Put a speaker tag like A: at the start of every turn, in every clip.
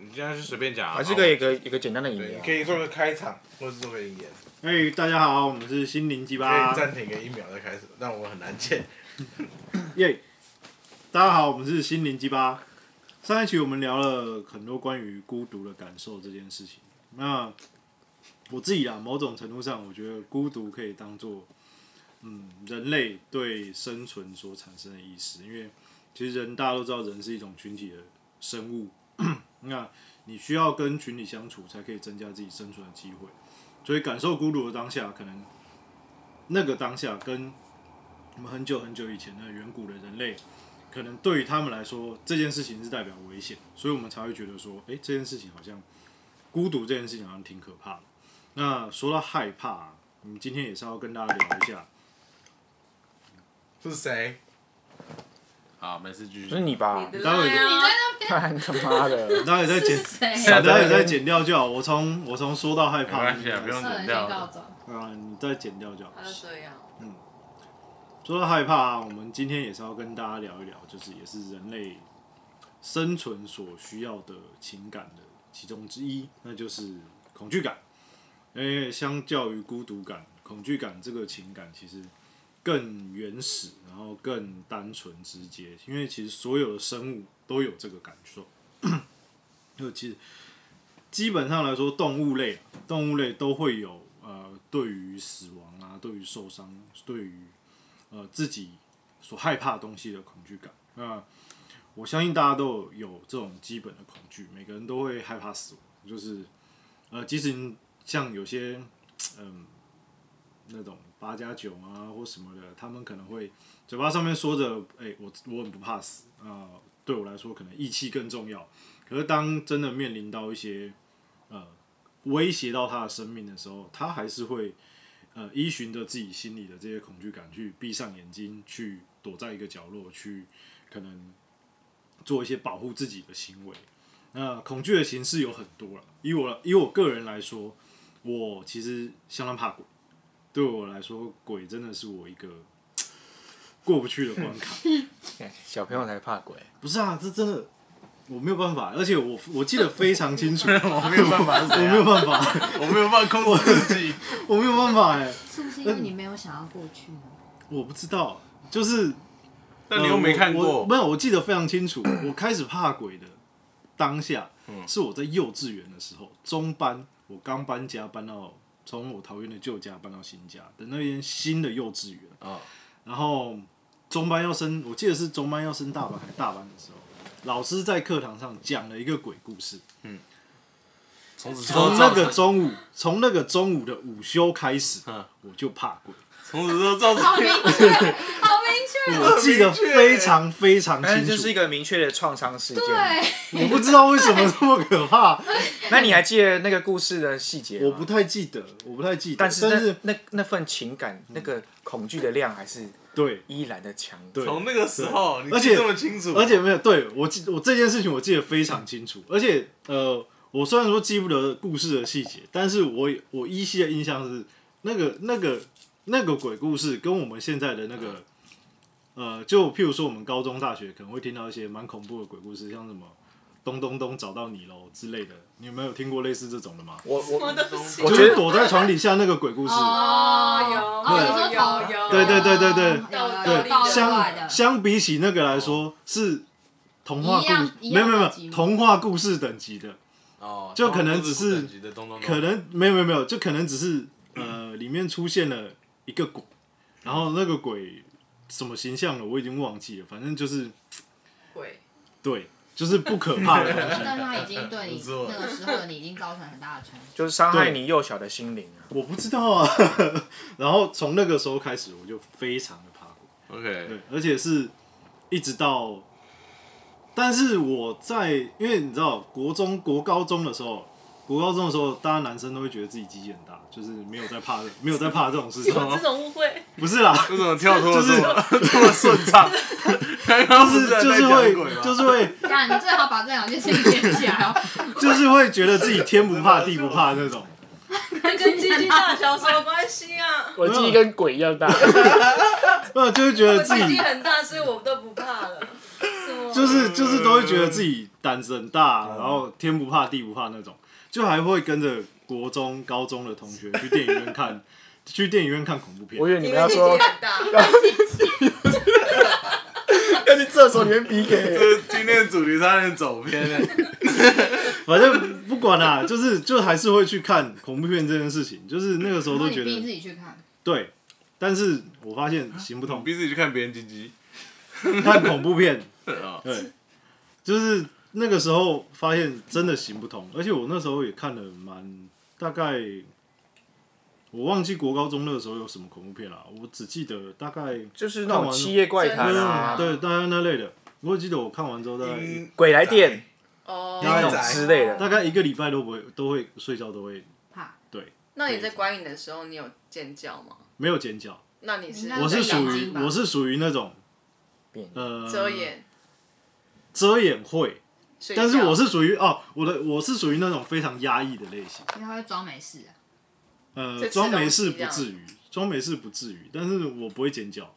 A: 你现在是随便讲啊，
B: 还是
A: 然
B: 可
A: 后
B: 以一个一个简单的引
A: 对，你
B: 言啊
A: 可。以做个开场，或者做个引言，
C: 哎、大家好，我们是心灵鸡
D: 哎
A: 可
C: 巴
A: 以，暂停个一秒再开始，但我很难剪。
C: 耶大家好，我们是心灵鸡巴。上一期我们聊了很多关于孤独的感受这件事情。那我自己啊，某种程度上，我觉得孤独可以当做，嗯，人类对生存所产生的意识。因为其实人大家都知道，人是一种群体的生物， 那你需要跟群体相处，才可以增加自己生存的机会。所以感受孤独的当下，可能那个当下跟我们很久很久以前的远古的人类，可能对于他们来说，这件事情是代表危险，所以我们才会觉得说，诶，这件事情好像孤独这件事情好像挺可怕的。那说到害怕、我们今天也是要跟大家聊一下，
A: 是谁？
D: 好，没事，继
B: 不是
D: 续。
B: 你吧？
C: 你待会
E: 你在
B: 看他妈 的！
C: 大家也在
E: 是
C: 剪，
E: 谁？
C: 大家也在剪掉就好。我从我从说到害
D: 没
C: 怕，
D: 关系啊，不用
E: 算了，
D: 剪
E: 先
D: 掉
E: 告
D: 了。
E: 状。
C: 啊，你再剪掉就好。
E: 他就这样，
C: 说到害怕、啊我们今天也是要跟大家聊一聊，就是也是人类生存所需要的情感的其中之一，那就是恐惧感。因为相较于孤独感，恐惧感这个情感其实更原始，然后更单纯直接。因为其实所有的生物都有这个感受，就其实基本上来说，动物类、动物类都会有呃，对于死亡啊，对于受伤，对于呃自己所害怕的东西的恐惧感。那我相信大家都有有这种基本的恐惧，每个人都会害怕死亡，就是呃，即使你像有些嗯那种八加九啊或什么的，他们可能会嘴巴上面说着“哎、我我很不怕死”，啊，对我来说可能义气更重要。可是当真的面临到一些呃威胁到他的生命的时候，他还是会呃依循着自己心里的这些恐惧感去闭上眼睛，去躲在一个角落，去可能做一些保护自己的行为。那恐惧的形式有很多了，以我以我个人来说，我其实相当怕鬼。对我来说，鬼真的是我一个过不去的关 卡。
B: 哎小朋友才怕鬼，
C: 不是啊，这真的我没有办法，而且我我记得非常清楚，我 没有啊办法，我没有办法，
D: 啊我没有办法控制自己。
C: 我没有办法哎，
E: 是不是因为你没有想要过去呢？
C: 我不知道，就是
D: 那你又没看
C: 呃我我
D: 过，
C: 没有，我记得非常清楚， 我开始怕鬼的当下，
D: 嗯
C: 是我在幼稚园的时候，中班我刚搬家搬到从我桃园的旧家搬到新家的那边新的幼稚园，
D: 哦
C: 然后中班要升，我记得是中班要升大班还是大班的时候，老师在课堂上讲了一个鬼故事。
D: 从此之后
C: 从那
D: 造
C: 个
D: 成，
C: 中午，从那个中午的午休开始，
D: 嗯
C: 我就怕 鬼。
D: 从此之后造
E: 好
D: 成。
E: 明确，好明确。
C: 我记得非常非常
B: 但
C: 清
D: 哎
B: 是
C: 楚，
B: 就是一个明确的创伤事件。
E: 对，
C: 我不知道为什么这么可怕，
B: 那你还记得那个故事的细节吗？
C: 我不太记得，我不太记得。
B: 但
C: 但
B: 是那嗯
C: 是
B: 那那份情感，那个恐惧的量还是
C: 对，
B: 依然的强。
C: 对
D: 从那个时候，你
C: 而
D: 记
C: 且
D: 这么清楚，
C: 而且没有对我记我这件事情我记得非常清楚，而且呃，我虽然说记不得故事的细节，但是我也我依稀的印象是那个那个那个鬼故事跟我们现在的那个呃，就譬如说我们高中大学可能会听到一些蛮恐怖的鬼故事，像什么咚咚咚找到你喽之类的，你有没有听过类似这种的吗？
B: 我我
D: 东
B: 我觉
C: 就是
B: 得
C: 躲在床底下那个鬼故事。
E: 哦
F: 有
E: 哦，你说导游，
C: 对对对对对
E: 有有
C: 对
E: 有倒，挂
C: 相
E: 的，
C: 相比起那个来说，是童话
E: 一
C: 故
E: 样，一
C: 没有
E: 样
C: 没有没
E: 等级
C: 有
E: 吗
C: 童话故事等级的，
D: 哦，
C: 就可能只是
D: 东东东东东
C: 可能没有没有没有，就可能只是呃里面出现了一个鬼，然后那个鬼什么形象了我已经忘记了，反正就是
F: 鬼，
C: 对，就是不可怕的东西。
E: 但他已经对 你那个时候的你已经造成很大的冲击。
B: 就是伤害你幼小的心灵啊。
C: 我不知道啊，然后从那个时候开始，我就非常的怕鬼。
D: OK，
C: 对，而且是一直到，但是我在因为你知道国中国高中的时候，国高中的时候，大家男生都会觉得自己鸡鸡很大，就是没有在怕的，没有在怕这 种事情，
F: 有这种误会，
C: 不是啦，
D: 为什么跳脱
C: 就
D: 了
C: 是
D: 这么 这么顺 畅？刚
C: 就
D: 刚不
C: 是
D: 在
C: 就是
D: 讲鬼
C: 会
D: 吗？
C: 就是会
E: 这样，你最好把这两件事情连 起来哦。
C: 就是会觉得自己天不怕地不怕那种，
F: 这 跟鸡鸡大小什么关系 啊？
B: 我
C: 记忆
B: 跟鬼一 样大，
C: 呃，就会觉
F: 我
C: 得自
F: 鸡
C: 己
F: 鸡很大，所以我都不怕了。什么
C: 就是就是都会觉得自己胆子很大，
D: 嗯
C: 然后天不怕地不怕那种，就还会跟着国中、高中的同学去电影院看，去电影院看恐怖片
B: 我。以为你们要说
F: 很大，
B: 要去厕所里面比给，
D: 今天的主题差点走偏了。
C: 反正不管啦、就是就还是会去看恐怖片这件事情，就是那个时候
E: 然后
C: 都
E: 你
C: 觉
E: 逼自
C: 得
E: 己去看，
C: 对，但是我发现行不通，
D: 逼自己去看别人鸡鸡，
C: 看恐怖片
D: 哦，
C: 对，就是那个时候发现真的行不通，而且我那时候也看了蛮大概，我忘记国高中那个时候有什么恐怖片了、我只记得大概
B: 就是那种七夜怪谈
C: 嗯
B: 啊、
C: 对大概那类的，我记得我看完之后大概、
A: 嗯
B: 鬼来电那
F: 哦
B: 种之类的。
C: 大概一个礼拜都不会都会睡觉都会
E: 怕
C: 对
F: 那你在观影的时候，你有尖叫吗？
C: 没有尖叫，
F: 那你是
E: 应该
C: 我是属
E: 那眼
C: 于
E: 睛吧
C: 我是属于那种
B: 变
C: 呃
F: 遮眼，
C: 遮掩会，
F: 睡觉
C: 但是我是属于哦我的我是属于那种非常压抑的类型。
E: 因为他会装没事啊。
C: 呃
F: 在，吃
C: 装没事
F: 东西这
C: 不
F: 样
C: 至于，装没事不至于，但是我不会尖叫。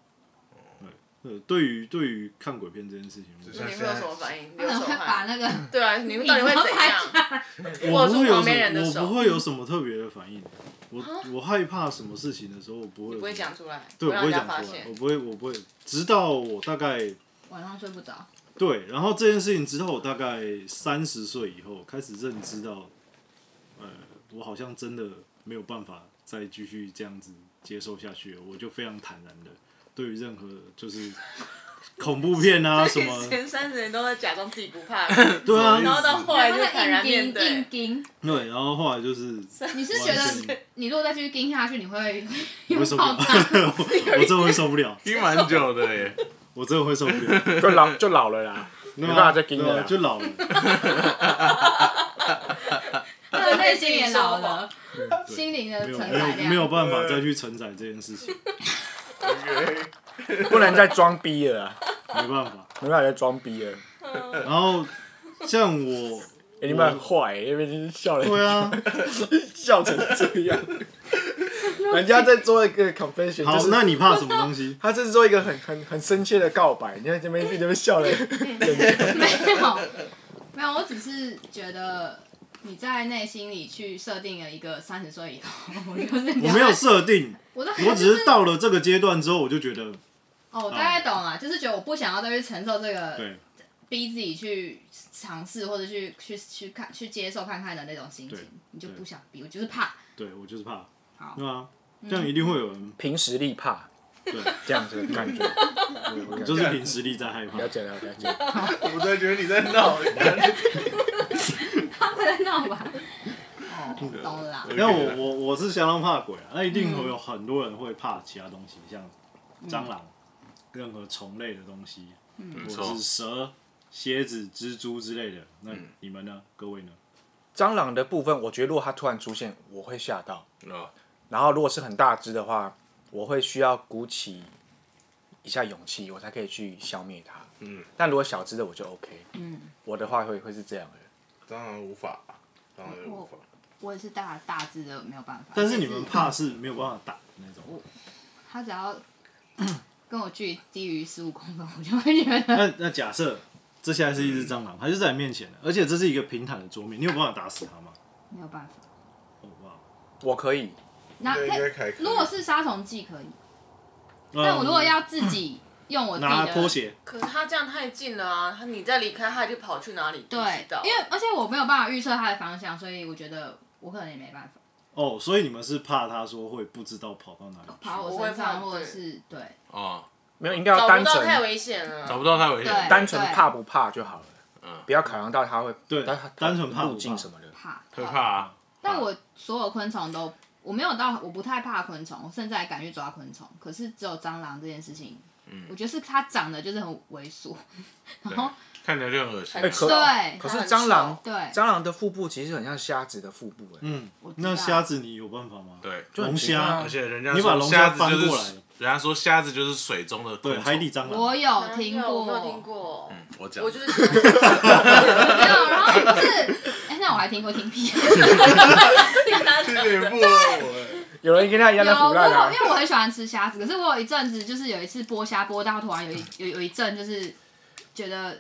C: 对，呃，对于对于看鬼片这件事情，
A: 只
F: 你
A: 是
F: 会有什么反应？
E: 他
F: 流
E: 可能
F: 手
E: 会把
F: 汗？
E: 那个
F: 对啊，你们到底会怎样？
C: 我我
F: 握
C: 不
F: 住
C: 会有
F: 旁
C: 什
F: 边人的
C: 么，我不
F: 手，
C: 会有什么特别的反应。 我我害怕什么事情的时候，我不会
F: 你
C: 有，
F: 不会讲出来，
C: 对，
F: 不
C: 我不
F: 让
C: 会
F: 人家
C: 讲
F: 发
C: 出来，
F: 现
C: 我。不会，我不会，直到我大概
E: 晚上睡不着，
C: 对，然后这件事情直到我大概三十岁以后，开始认知到，呃，我好像真的没有办法再继续这样子接受下去了，我就非常坦然的对于任何就是 恐怖片啊什么，
F: 前三十年都在假装自己不 怕，
C: 对
F: 然
C: 啊，
F: 后到后来就坦然面对
E: 硬。盯，
C: 对，然后后来就是
E: 你是
C: 完
E: 觉得
C: 全
E: 你如果再继续盯下去，你会
C: 我
E: 有
C: 会受不
E: 爆
C: 了，
E: 炸？
C: 我真的会受不了，
D: 听蛮久的耶，
C: 我真的会受不了，
B: 就老就老了啦，没
C: 对
B: 办法
C: 啊，
B: 再盯
C: 对
B: 了
C: 啊，
B: 啦。
C: 就老了，
E: 对，内心也老了，
C: 对
E: 心灵的
C: 没有
E: 承
C: 没
E: 载
C: 有没有
E: 量。
C: 办法再去承载这件事情，
B: 不能再装逼了啊，
C: 没办法。
B: 没办法再装逼了。
C: 然后像我，
B: 欸、你们很坏、欸，因为你笑了，
C: 对啊。
B: 笑成这 样。人家在做一个 confession，
C: 好
B: 就，是
C: 那你
B: ？
C: 怕什么东西
B: 他这是做一个很很很深切的告白，你看这边这边笑 了，
E: 没有，没有，我只是觉得你在内心里去设定了一个三十岁以后， 我就是
C: 我没有，设 定，
E: 我都
C: 我只是到了这个阶段之后，我就觉得，
E: 哦，我大概懂了，就是觉得我不想要再去承受这
B: 呃
E: 个
C: 对
E: 逼自己去尝试或者去去去看去接受看看的那种心
C: 对
E: 情，你就
C: 对
E: 不想逼，我就 是怕。
C: 对我就是怕，
E: 好
C: 对啊，
B: 嗯
C: 这样一定会有人，
B: 凭实力怕，
C: 对，
B: 这样子的感 觉。
C: 我就是凭实力在害怕
B: 了。解了解，了解
D: 我突然觉得你在闹，你看
E: 在闹吧。哦，
C: 啊
E: 懂了啦。
C: 那我我我是相当怕鬼啊，那一
B: 嗯
C: 定会有很多人会怕其他东西，像蟑螂、任何虫类的东西，
B: 嗯
D: 没
C: 或者是蛇、蝎子、蜘蛛之类的。那你们呢？各位呢？
B: 蟑螂的部分，我觉得如果它突然出现，我会吓到。
D: 哦
B: 然后如果是很大只的话，我会需要鼓起一下勇气，我才可以去消灭它。嗯，但如果小只的我就 OK。
E: 嗯，
B: 我的话会会是这样的。
A: 当然无法，当然无法。
E: 我也是大大致的没有办法。
C: 但是你们怕是没有办法打的那种。
E: 他只要跟我距离低于十五公分，我就会觉得
C: 那那假设这现在是一只蟑螂，它就在你面前了，而且这是一个平坦的桌面，你有办法打死它吗？
E: 没有办法。
C: 哦哇！
B: 我可以，
E: 那
A: 对应该还可以
E: 如果是杀虫剂可以，
C: 嗯
E: 但我如果要自己用我自己
C: 拿
E: 的
C: 拖，鞋，
F: 可是他这样太近了啊！他你再离开，他就跑去哪里？
E: 对
F: 不知道，
E: 因为而且我没有办法预测它的方向，所以我觉得我可能也没办法
C: 哦，所以你们是怕它说会不知道跑到哪里去。
E: 爬我
F: 我会
E: 身上，
F: 怕
E: 或者
F: 对
E: 是对
D: 哦，
B: 没有应该要
F: 找不
B: 单
F: 到太
B: 纯
F: 危险了。
D: 找不到太危险，
E: 对
B: 单纯怕不怕就好了。
D: 嗯
B: 不要考量到它会
C: 对
B: 它它
C: 单纯怕不怕
B: 路径什么的。
E: 怕。
D: 会怕啊，
E: 但我所有昆虫都，我没有到，我不太怕昆虫，我甚至还敢去抓昆虫。可是只有蟑螂这件事情，
A: 嗯
E: 我觉得是它长得就是很猥琐，然后
D: 看起来就很恶心
B: 哎，。可
E: 对
B: 可是
F: 它很
B: 蟑螂
E: 对，
B: 蟑螂的腹部其实很像虾子的腹部，哎，
C: 嗯
E: 我，知道
C: 那虾子你有办法吗？，
D: 对，
B: 就很
C: 龙
B: 奇怪啊
C: 虾
D: 而且人家
C: 你把
D: 说
C: 龙
D: 虾
C: 虾
D: 子就
C: 翻过
D: 是
C: 来，
D: 人家说虾子就是水中的昆
C: 对，
D: 虫嗯
C: 海底蟑
E: 我
C: 螂，
F: 哪
E: 有
F: 有
E: 听
F: 啊我
E: 过，
F: 没有听过，
B: 嗯
D: 我讲
F: 我就是
E: 没有，然后就是，哎、那我还听过听屁，
A: 有 点不合我，
B: 有人跟他一样
E: 有
B: 在胡
E: 我
B: 乱
E: 有，
B: 啊
E: 因。为我很喜欢吃虾子， 可是我有一阵子就是有一次剥虾剥到突然有一有有一阵就是觉得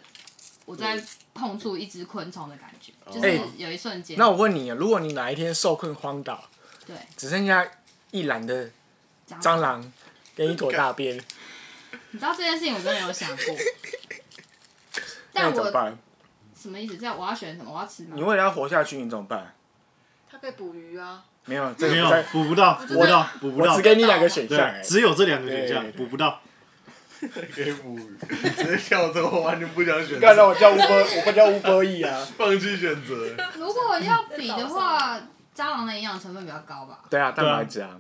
E: 我在碰触一只昆虫的感觉，就
B: 哎
E: 是有一瞬间。
B: 那我问你，啊如果你哪一天受困荒岛，
E: 对
B: 只剩下一篮的蟑
E: 蟑，
B: 螂跟一坨大便，
E: 你知道这件事情我真的有想过，
B: 那
E: 但
B: 你怎么
E: 我
B: 办？
E: 什么意思？这样我要选什么？我要吃吗
B: 你？为了要活下去，你怎么办？
F: 他可以捕鱼啊，
B: 没有，这
C: 没
B: 个
C: 有
B: 不在
C: 补不到，补不到，补不
B: 我
C: 到
B: 只，给你两个选项、
C: 对，
B: 哎
C: 只有这两个选
B: 对
C: 项补不到。
A: 可以捕鱼，直接跳脱，我完全不想选
B: 干
A: 择，
B: 让我叫乌波，我不叫乌波义啊。
A: 放弃选择。
E: 如果要比的话，蟑螂的营养成分比较高吧？
B: 对啊，蛋
C: 啊
B: 白质啊，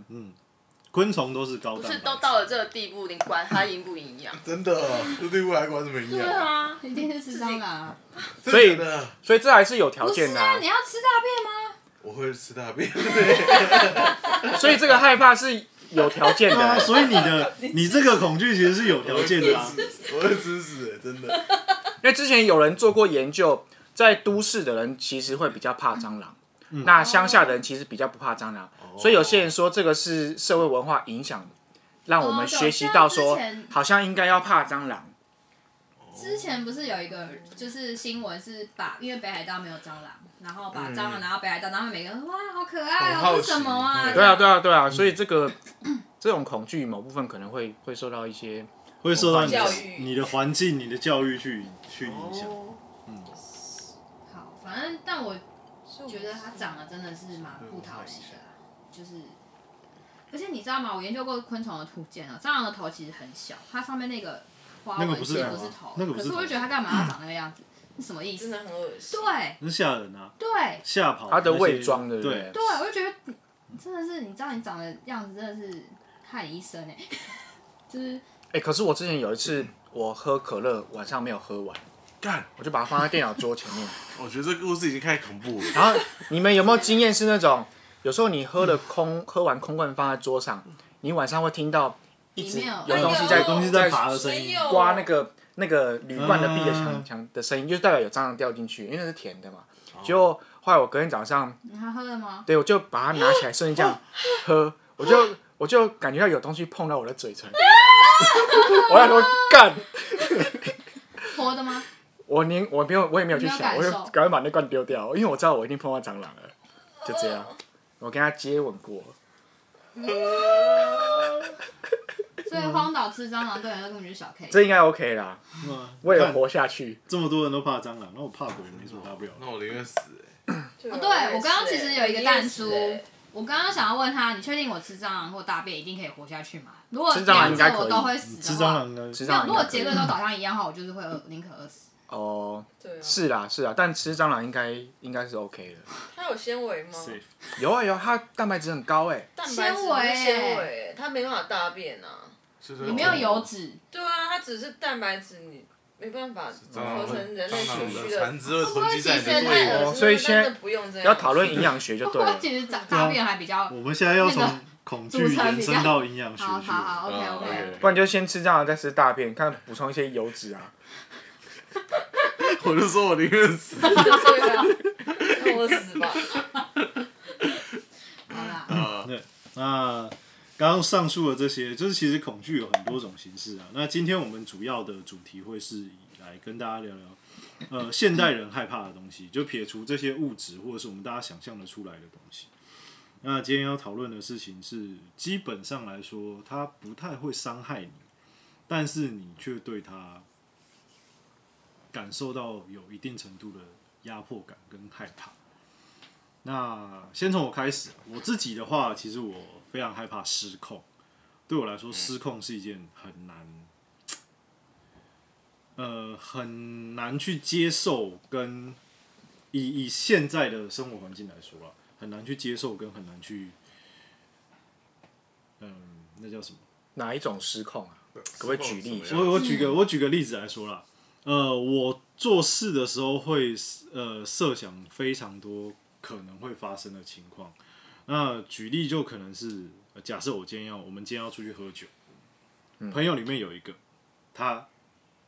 C: 昆虫都是高
F: 不
C: 蛋白
F: 是
C: 质
F: 都到了这个地步，你管它营不营养？
A: 真的哦，这对未来管什么营
F: 对
A: 养？
F: 啊，
E: 一定是吃蟑螂啊！
B: 所以
A: 真的假的
B: 所以这还是有条
E: 不是
B: 件的、
E: 啊，你要吃大便吗？
A: 我会吃大 便，
B: 所以这个害怕是有条件的、欸
C: 对啊，所以你的你这个恐惧其实是有条件的啊。
A: 我会吃屎，真的。
B: 因为之前有人做过研究，在都市的人其实会比较怕蟑螂，
C: 嗯
B: 那乡下的人其实比较不怕蟑螂，
C: 哦
B: 所
A: 哦
B: 以有些人说这个是社会文化影响，让我们
E: 哦对
B: 学习到说
E: 像之前
B: 好像应该要怕蟑螂。
E: 之前不是有一个就是新闻是把，因为北海道没有蟑螂，然后把
C: 嗯
E: 蟑螂拿到北海道，然后每个人说哇好可爱
A: 很
E: 哦，
A: 好
E: 这
A: 奇
E: 是什么啊？
B: 对啊，对啊，对啊，所以这个这种恐惧某部分可能会会受到一些
C: 会受到你
F: 教
C: 的
F: 育哦
C: 你的环境、你的教育去去影响。
E: 好，反正但我觉得它长得真的是蛮不讨喜的啦，啊就是，而且你知道吗？我研究过昆虫的图鉴啊，蟑螂的头其实很小，它上面那个花
C: 那个
E: 纹
C: 不
E: 其
C: 是
E: 实
C: 头
E: 不是
C: 啊
E: 头，
C: 那个不
E: 可
C: 是
E: 是我就
C: 头
E: 觉得它干嘛要长那个样子？是什么意
F: 真
E: 思？
F: 的很恶心。
E: 对
C: 那吓人啊，
E: 对
C: 吓跑
B: 它的
C: 那些
B: 伪装，对不
C: 对？
E: 对，我就觉得你真的是，你知道你长的样子真的是害你一生哎、 就是
B: 哎、可是我之前有一次，我喝可乐晚上没有喝完，
D: 干，
B: 我就把它放在电脑桌前面。
D: 我觉得这个故事已经太恐怖了。
B: 然后啊你们有没有经验是那种，有时候你喝了空，喝完空罐放在桌上，你晚上会听到一直
E: 里面
B: 有
E: 有
B: 东西在
F: 哎呦
C: 东西在爬的声
F: 没
C: 音
F: 有，
B: 刮那个那个铝罐的壁的墙
C: 嗯
B: 墙的声音，就是代表有蟑螂掉进去，因为那是甜的嘛。
C: 哦
B: 结果后来我隔天早上，
E: 你还喝了吗？
B: 对我就把它拿起来，瞬间这 样喝，我就我就感觉到有东西碰到我的嘴唇， 我想说干，
E: 活的吗？
B: 我连我没有我也没有去
E: 没有
B: 想，
E: 感
B: 我就
E: 受
B: 赶快把那罐丢掉，因为我知道我一定碰到蟑螂了，就这样，我跟他接吻过。
E: 所以荒岛吃蟑螂对人来说根本就是小 K。
B: 嗯这应该 OK 啦，
C: 哇
B: 为了
C: 看
B: 活下去。
C: 这么多人都怕蟑螂，那我怕鬼没什么大不了。
B: 啊
D: 那我宁愿死、欸。
F: 对啊
E: 哦，对我刚刚其实有一个蛋叔
F: 我也是欸，
E: 我刚刚想要问他，你确定我吃蟑螂或大便一定可以活下去吗？如果
B: 吃蟑螂
E: 两
B: 应该
E: 者
B: 可以
E: 我都会死
C: 吃
E: 的
C: 蟑
E: 话，
C: 螂呢？
B: 吃
E: 没
B: 蟑
E: 有，
B: 螂
E: 如
B: 应该
E: 果
B: 可以
E: 结论都导向一样的话，我就是会饿，宁可饿死。
B: 哦，
F: 对啊，
B: 是啦是啦，但吃蟑螂应该应该是 OK 的。
F: 它有纤维吗？
C: Safe
B: 有啊有啊，它蛋白质很高哎、
F: 蛋白质
E: 纤维欸
F: 是纤维，它没办法大便啊。
D: 就是
E: 你没有油脂，
F: 对啊，它只是蛋白质，你没办法
D: 蟑螂
F: 合
D: 会，
F: 成人类
D: 蟑
F: 所
D: 螂
F: 需
D: 的
F: 的
D: 残。肢会囤积在你
E: 会
D: 的胃里。
B: 哦
F: 太恶心
E: 不会其实
F: 了
B: 所以现在
F: 真的不用这样。
B: 要讨论营养学就对 啊
E: 我
B: 了。
E: 其实大大便还比较。
C: 我们现在要从
E: 那个
C: 恐惧
E: 组成
C: 延
E: 比
C: 伸
E: 较
C: 到营养学
E: 好
C: 去
E: 好好，OK
A: 啊
D: 嗯
E: OK。
B: 不然就先吃蟑螂，再吃大便，看补充一些油脂啊。
D: 我就说我宁愿死。
F: 对啊，让我死吧。
E: 好啦，
D: 呃
C: 对，那刚刚上述的这些，就是其实恐惧有很多种形式啊。那今天我们主要的主题会是以来跟大家聊聊，呃，现代人害怕的东西，就撇除这些物质或者是我们大家想象得出来的东西。那今天要讨论的事情是，基本上来说，它不太会伤害你，但是你却对它感受到有一定程度的压迫感跟害怕。那先从我开始，我自己的话，其实我非常害怕失控。对我来说，失控是一件很难，呃，很难去接受跟以以现在的生活环境来说啊，很难去接受跟很难去，嗯，那叫什么？
B: 哪一种失控啊？可不可以举例一下
D: 失控是什么样
C: 我我举个我举个例子来说啦，呃，我做事的时候会呃设想非常多可能会发生的情况。那举例就可能是，呃假设我今天要我们今天要出去喝酒，朋友里面有一个他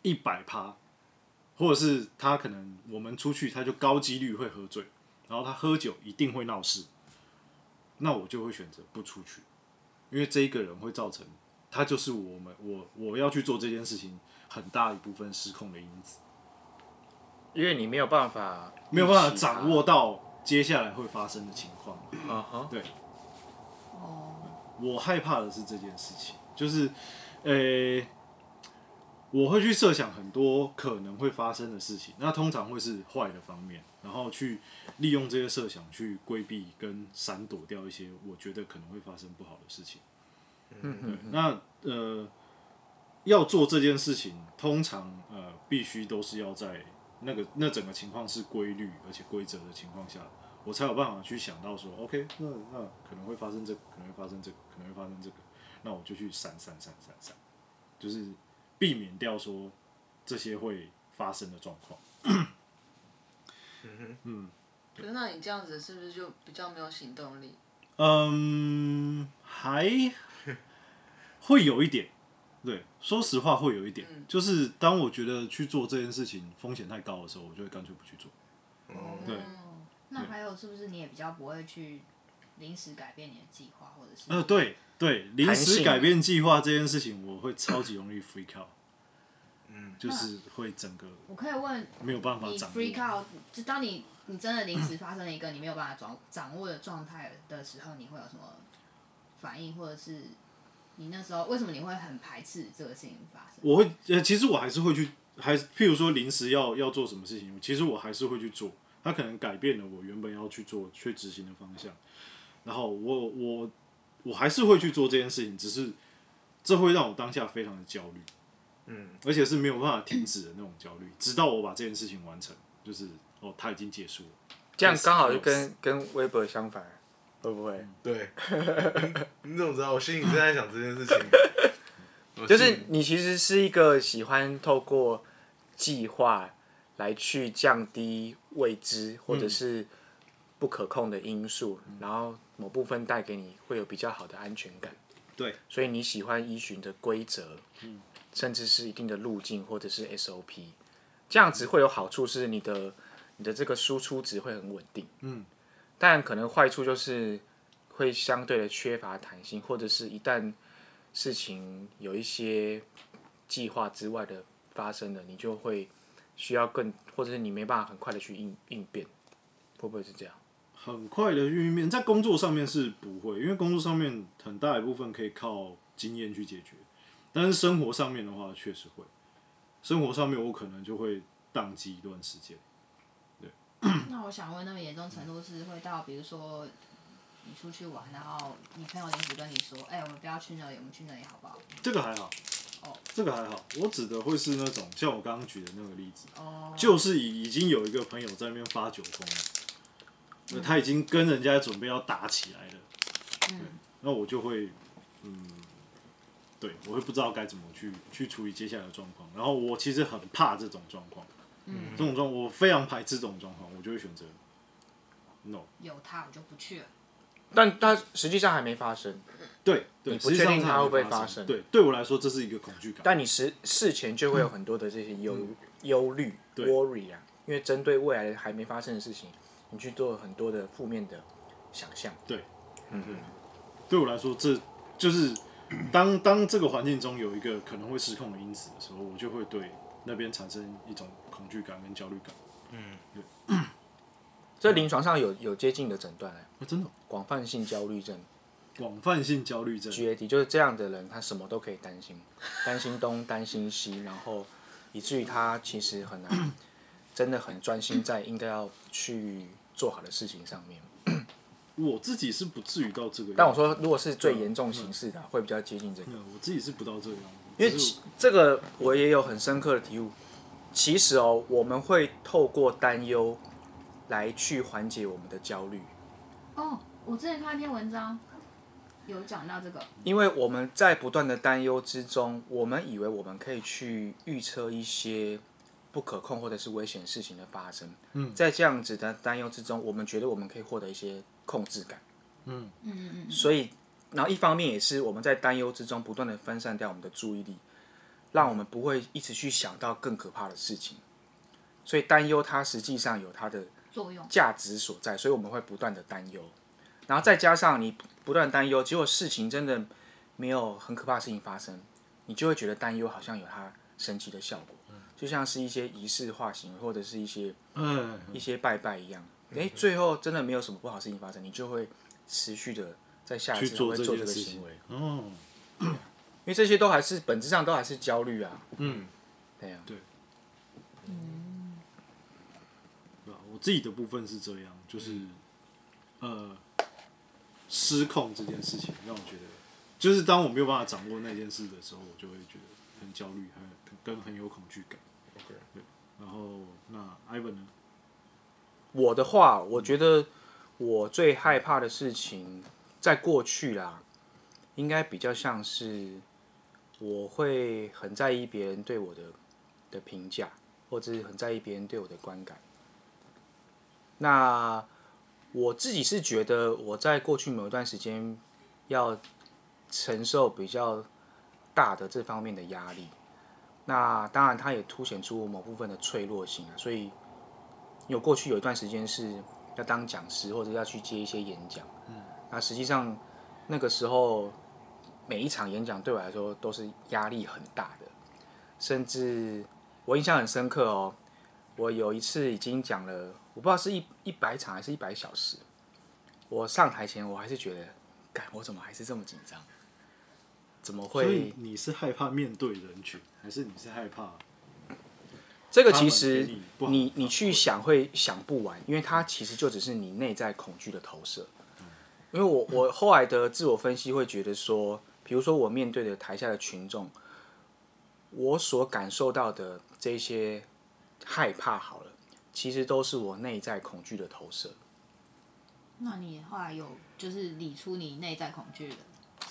C: 一百趴，或者是他可能我们出去他就高几率会喝醉，然后他喝酒一定会闹事，那我就会选择不出去，因为这一个人会造成它就是我们我我要去做这件事情很大一部分失控的因子。
B: 因为你没有办法啊
C: 没有办法掌握到接下来会发生的情况。
B: 啊哈，
C: 对
E: 哦，
C: 我害怕的是这件事情，就是，呃、我会去设想很多可能会发生的事情，那通常会是坏的方面，然后去利用这些设想去规避跟闪躲掉一些我觉得可能会发生不好的事情。
B: 嗯嗯
C: 那呃，要做这件事情，通常呃必须都是要在那个那整个情况是规律而且规则的情况下，我才有办法去想到说，OK，那那可能会发生这个，可能会发生这个，可能会发生这个，那我就去闪闪闪闪闪，就是避免掉说这些会发生的状况。嗯
F: 可是那你这样子是不是就比较没有行动力？
C: 嗯，还会有一点，对，说实话会有一点，
F: 嗯
C: 就是当我觉得去做这件事情风险太高的时候，我就会干脆不去做。对
E: 哦那还有是不是你也比较不会去临时改变你的计划，或者是
C: 呃，
B: 嗯
C: 对对，临时
B: 性
C: 改变计划这件事情，我会超级容易 freak out，嗯，就是会整个
E: 我可以问
C: 没有办法
E: 你
C: 掌
E: freak
C: 握。
E: out，就当你你真的临时发生了一个你没有办法掌掌握的状态的时候，你会有什么反应，或者是你那时候为什么你会很排斥这个事情发生？
C: 我会呃，其实我还是会去，还是譬如说临时要要做什么事情，其实我还是会去做。它可能改变了我原本要去做去执行的方向，然后我我我还是会去做这件事情，只是这会让我当下非常的焦虑，嗯，而且是没有办法停止的那种焦虑，直到我把这件事情完成，就是哦，它已经结束了。
B: 这样刚好就跟跟微博相反，会不会？
A: 对，你 你怎么知道？我心里正在想这件事情。
B: 就是你其实是一个喜欢透过计划来去降低未知或者是不可控的因素，然后某部分带给你会有比较好的安全感。
C: 对，
B: 所以你喜欢依循着规则，甚至是一定的路径或者是 SOP，这样子会有好处是你的你的这个输出值会很稳定，
C: 嗯，
B: 但可能坏处就是会相对的缺乏弹性，或者是一旦事情有一些计划之外的发生了，你就会需要更，或者是你没办法很快的去应应变，会不会是这样？
C: 很快的运面，在工作上面是不会，因为工作上面很大一部分可以靠经验去解决，但是生活上面的话确实会，生活上面我可能就会宕机一段时间。
E: 那我想问，那么严重程度是会到，比如说你出去玩，然后你朋友临时跟你说，哎、我们不要去那里，我们去那里好不好？
C: 这个还好，
E: 哦
C: 这个还好，我指的会是那种像我刚刚举的那个例子，
E: 哦，
C: 就是已已经有一个朋友在那边发酒疯了，那他已经跟人家准备要打起来了，
E: 嗯，
C: 那我就会，嗯，对我会不知道该怎么去去处理接下来的状况。然后我其实很怕这种状况，
E: 嗯，
C: 这种状我非常排斥这种状况，我就会选择 no。
E: 有他我就不去了。
B: 但它实际上还没发生，
C: 对
B: 你
C: 对，
B: 不
C: 实际上
B: 确定它会不会
C: 它没
B: 发
C: 发
B: 生
C: 对，对我来说这是一个恐惧感。
B: 但你事事前就会有很多的这些忧忧虑
C: 对
B: worry 啊，因为针对未来还没发生的事情，你去做很多的负面的想象。
C: 对我来说，这就是当当这个环境中有一个可能会失控的因子的时候，我就会对那边产生一种恐惧感跟焦虑感。
B: 这临床上有有接近的诊断、欸，
C: 啊、真的哦，
B: 广泛性焦虑症
C: 广泛性焦虑症。
B: GAD 就是这样的人，他什么都可以担心，担心东，担心西，然后以至于他其实很难，真的很专心在应该要去做好的事情上面。
C: 我自己是不至于到这个样子，
B: 但我说，如果是最严重形式的啊，会比较接近这个。
C: 嗯，我自己是不到这个样子，
B: 因为
C: 只是
B: 其这个我也有很深刻的体悟。其实哦，我们会透过担忧来去缓解我们的焦虑，
E: 哦，我之前看一篇文章，有讲到这个，
B: 因为我们在不断的担忧之中，我们以为我们可以去预测一些不可控或者是危险事情的发生。嗯，在这样子的担忧之中，我们觉得我们可以获得一些控制感。
E: 嗯嗯嗯，
B: 所以，然后一方面也是我们在担忧之中不断的分散掉我们的注意力，让我们不会一直去想到更可怕的事情。所以担忧它实际上有它的
E: 作用。
B: 价值所在，所以我们会不断的担忧，然后再加上你不断地担忧，结果事情真的没有很可怕的事情发生，你就会觉得担忧好像有它神奇的效果，就像是一些仪式化行为或者是一些
C: 嗯，
B: 一些拜拜一样，哎、最后真的没有什么不好事情发生，你就会持续的在下一
C: 去
B: 次还
C: 做
B: 会
C: 这
B: 做这
C: 件
B: 个
C: 事
B: 行
C: 情
B: 为，。
C: 哦，
B: 因为这些都还是本质上都还是焦虑啊，
C: 嗯，
B: 对啊，
C: 对。对吧我自己的部分是这样，就是、呃，失控这件事情让我觉得，就是当我没有办法掌握那件事的时候，我就会觉得很焦虑，很跟很有恐惧感。
B: OK
C: 对。然后那 Ivan 呢？
B: 我的话，我觉得我最害怕的事情，在过去啦，应该比较像是我会很在意别人对我的的评价，或者是很在意别人对我的观感。那我自己是觉得我在过去某一段时间要承受比较大的这方面的压力。那当然，它也凸显出我某部分的脆弱性啊，所以有过去有一段时间是要当讲师或者要去接一些演讲，
C: 嗯
B: 那实际上那个时候每一场演讲对我来说都是压力很大的，甚至我印象很深刻哦，我有一次已经讲了，我不知道是一一百场还是一百小时，我上台前我还是觉得，干我怎么还是这么紧张？怎么
C: 所以
B: 会？
C: 你是害怕面对人群，还是你是害怕？
B: 这个其实
C: 他们给你不好的
B: 你
C: 反馈
B: 你去想会想不完，因为它其实就只是你内在恐惧的投射。因为我我后来的自我分析会觉得说，比如说我面对的台下的群众，我所感受到的这些害怕好了，其实都是我内在恐惧的投射。
E: 那你后来有就是理出你内在恐惧的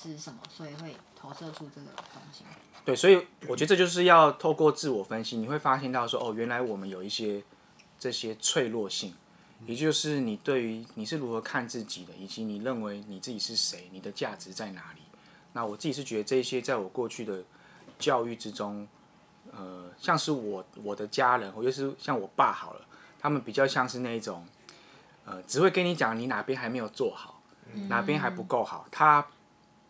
E: 是什么，所以会投射出这个东西吗？
B: 对，所以我觉得这就是要透过自我分析，你会发现到说，哦，原来我们有一些这些脆弱性，也就是你对于你是如何看自己的，以及你认为你自己是谁，你的价值在哪里。那我自己是觉得这些在我过去的教育之中，呃，像是我我的家人，或者是像我爸好了，他们比较像是那一种，呃，只会跟你讲你哪边还没有做好，哪边还不够好，他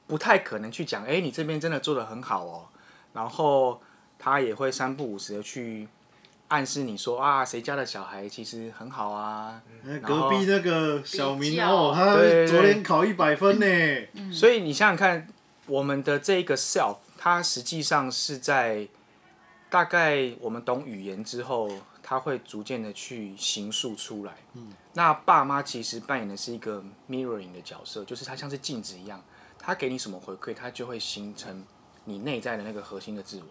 B: 不太可能去讲，哎、你这边真的做得很好哦。然后他也会三不五时的去暗示你说啊，谁家的小孩其实很好啊。
C: 哎
B: 然后
C: 隔壁那个小明
F: 比较
C: 哦，他
B: 对对嗯
C: 昨天考一百分呢。
B: 所以你想想看，我们的这个 self，它实际上是在大概我们懂语言之后，它会逐渐的去形塑出来。嗯，那爸妈其实扮演的是一个 mirroring 的角色，就是它像是镜子一样，它给你什么回馈，它就会形成你内在的那个核心的自我。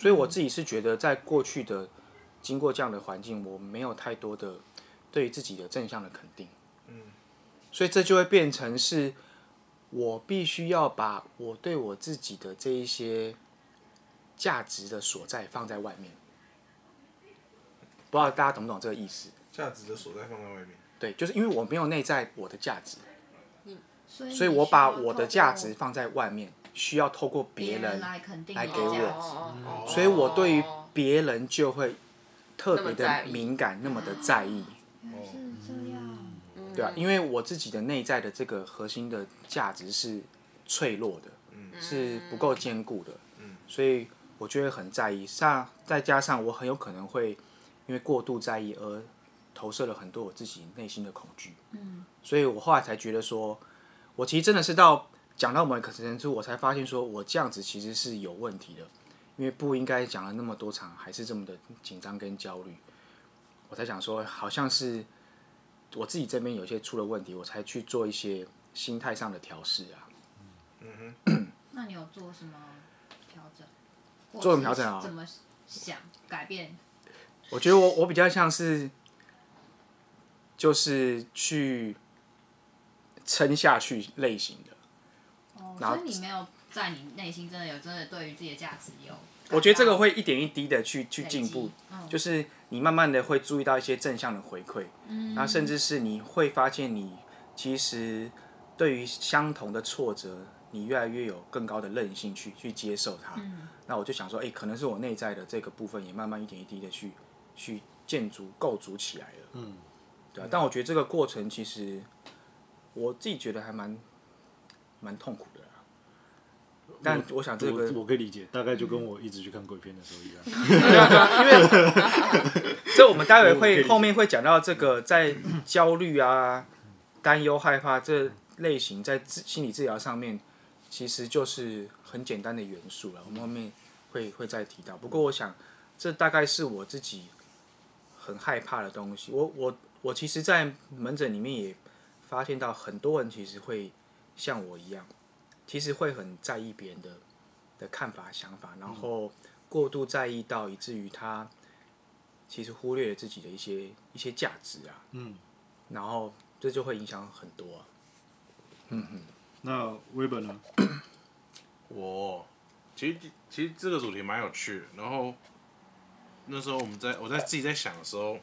B: 所以我自己是觉得，在过去的经过这样的环境，我没有太多的对于自己的正向的肯定。嗯，所以这就会变成是。我必须要把我对我自己的这一些价值的所在放在外面。不知道大家懂不懂这个意思？
A: 价值的所在放在外面，
B: 对，就是因为我没有内在我的价值，
E: 所以
B: 所以
E: 你
B: 我
E: 需
B: 把
E: 要
B: 我
E: 透
B: 的价
E: 过
B: 值放在外面，需要透过别
E: 别
B: 人，
E: 来肯定
B: 来
E: 你的
B: 给我
E: 价值
F: 哦
B: 所以我对于别人就会特别
F: 那么在
B: 的
F: 意
B: 敏感，那么的在意，
E: 是这样，
B: 对
F: 嗯
B: 啊，因为我自己的内在的这个核心的价值是脆弱的，是
F: 嗯
B: 不够坚固的，所以我就会很在意。上再加上我很有可能会因为过度在意而投射了很多我自己内心的恐惧，
E: 嗯，
B: 所以我后来才觉得说，我其实真的是到讲到某一个程度，我才发现说我这样子其实是有问题的，因为不应该讲了那么多场，还是这么的紧张跟焦虑，我才想说好像是我自己这边有些出了问题，我才去做一些心态上的调试啊。
E: 那你有做什么调整？或
B: 做什
E: 是
B: 么调整啊
E: 怎么想改变？
B: 我觉得我我比较像是，就是去撑下去类型的。
E: 哦，
B: 然后
E: 所以你没有在你内心真的有真的对于自己的价值有感到累积，
B: 我觉得这个会一点一滴的去去进步，
E: 嗯，
B: 就是你慢慢的会注意到一些正向的回馈，然后甚至是你会发现你其实对于相同的挫折，你越来越有更高的韧性去去接受它。
E: 嗯
B: 那我就想说，哎、可能是我内在的这个部分也慢慢一点一滴的去去建筑构筑起来了。
C: 嗯，
B: 对啊，但我觉得这个过程其实我自己觉得还蛮蛮痛苦的啦。但我想这个
C: 我我可以理解，大概就跟我一直去看鬼片的时候 一样。
B: 对啊对啊，因为这我们待会
C: 我可以理
B: 会
C: 解
B: 后面会讲到这个在焦虑啊、担忧、害怕这类型在治心理治疗上面，其实就是很简单的元素了。我们后面会会再提到。不过我想，这大概是我自己很害怕的东西。我我我其实，在门诊里面也发现到很多人其实会像我一样，其实会很在意别人的的看法、想法，然后过度在意到，以至于他其实忽略了自己的一些一些价值啊。嗯，然后这就会影响很多、啊。
C: 那 Weber 呢？
D: 我其实其实这个主题蛮有趣的，然后那时候我们在我在自己在想的时候，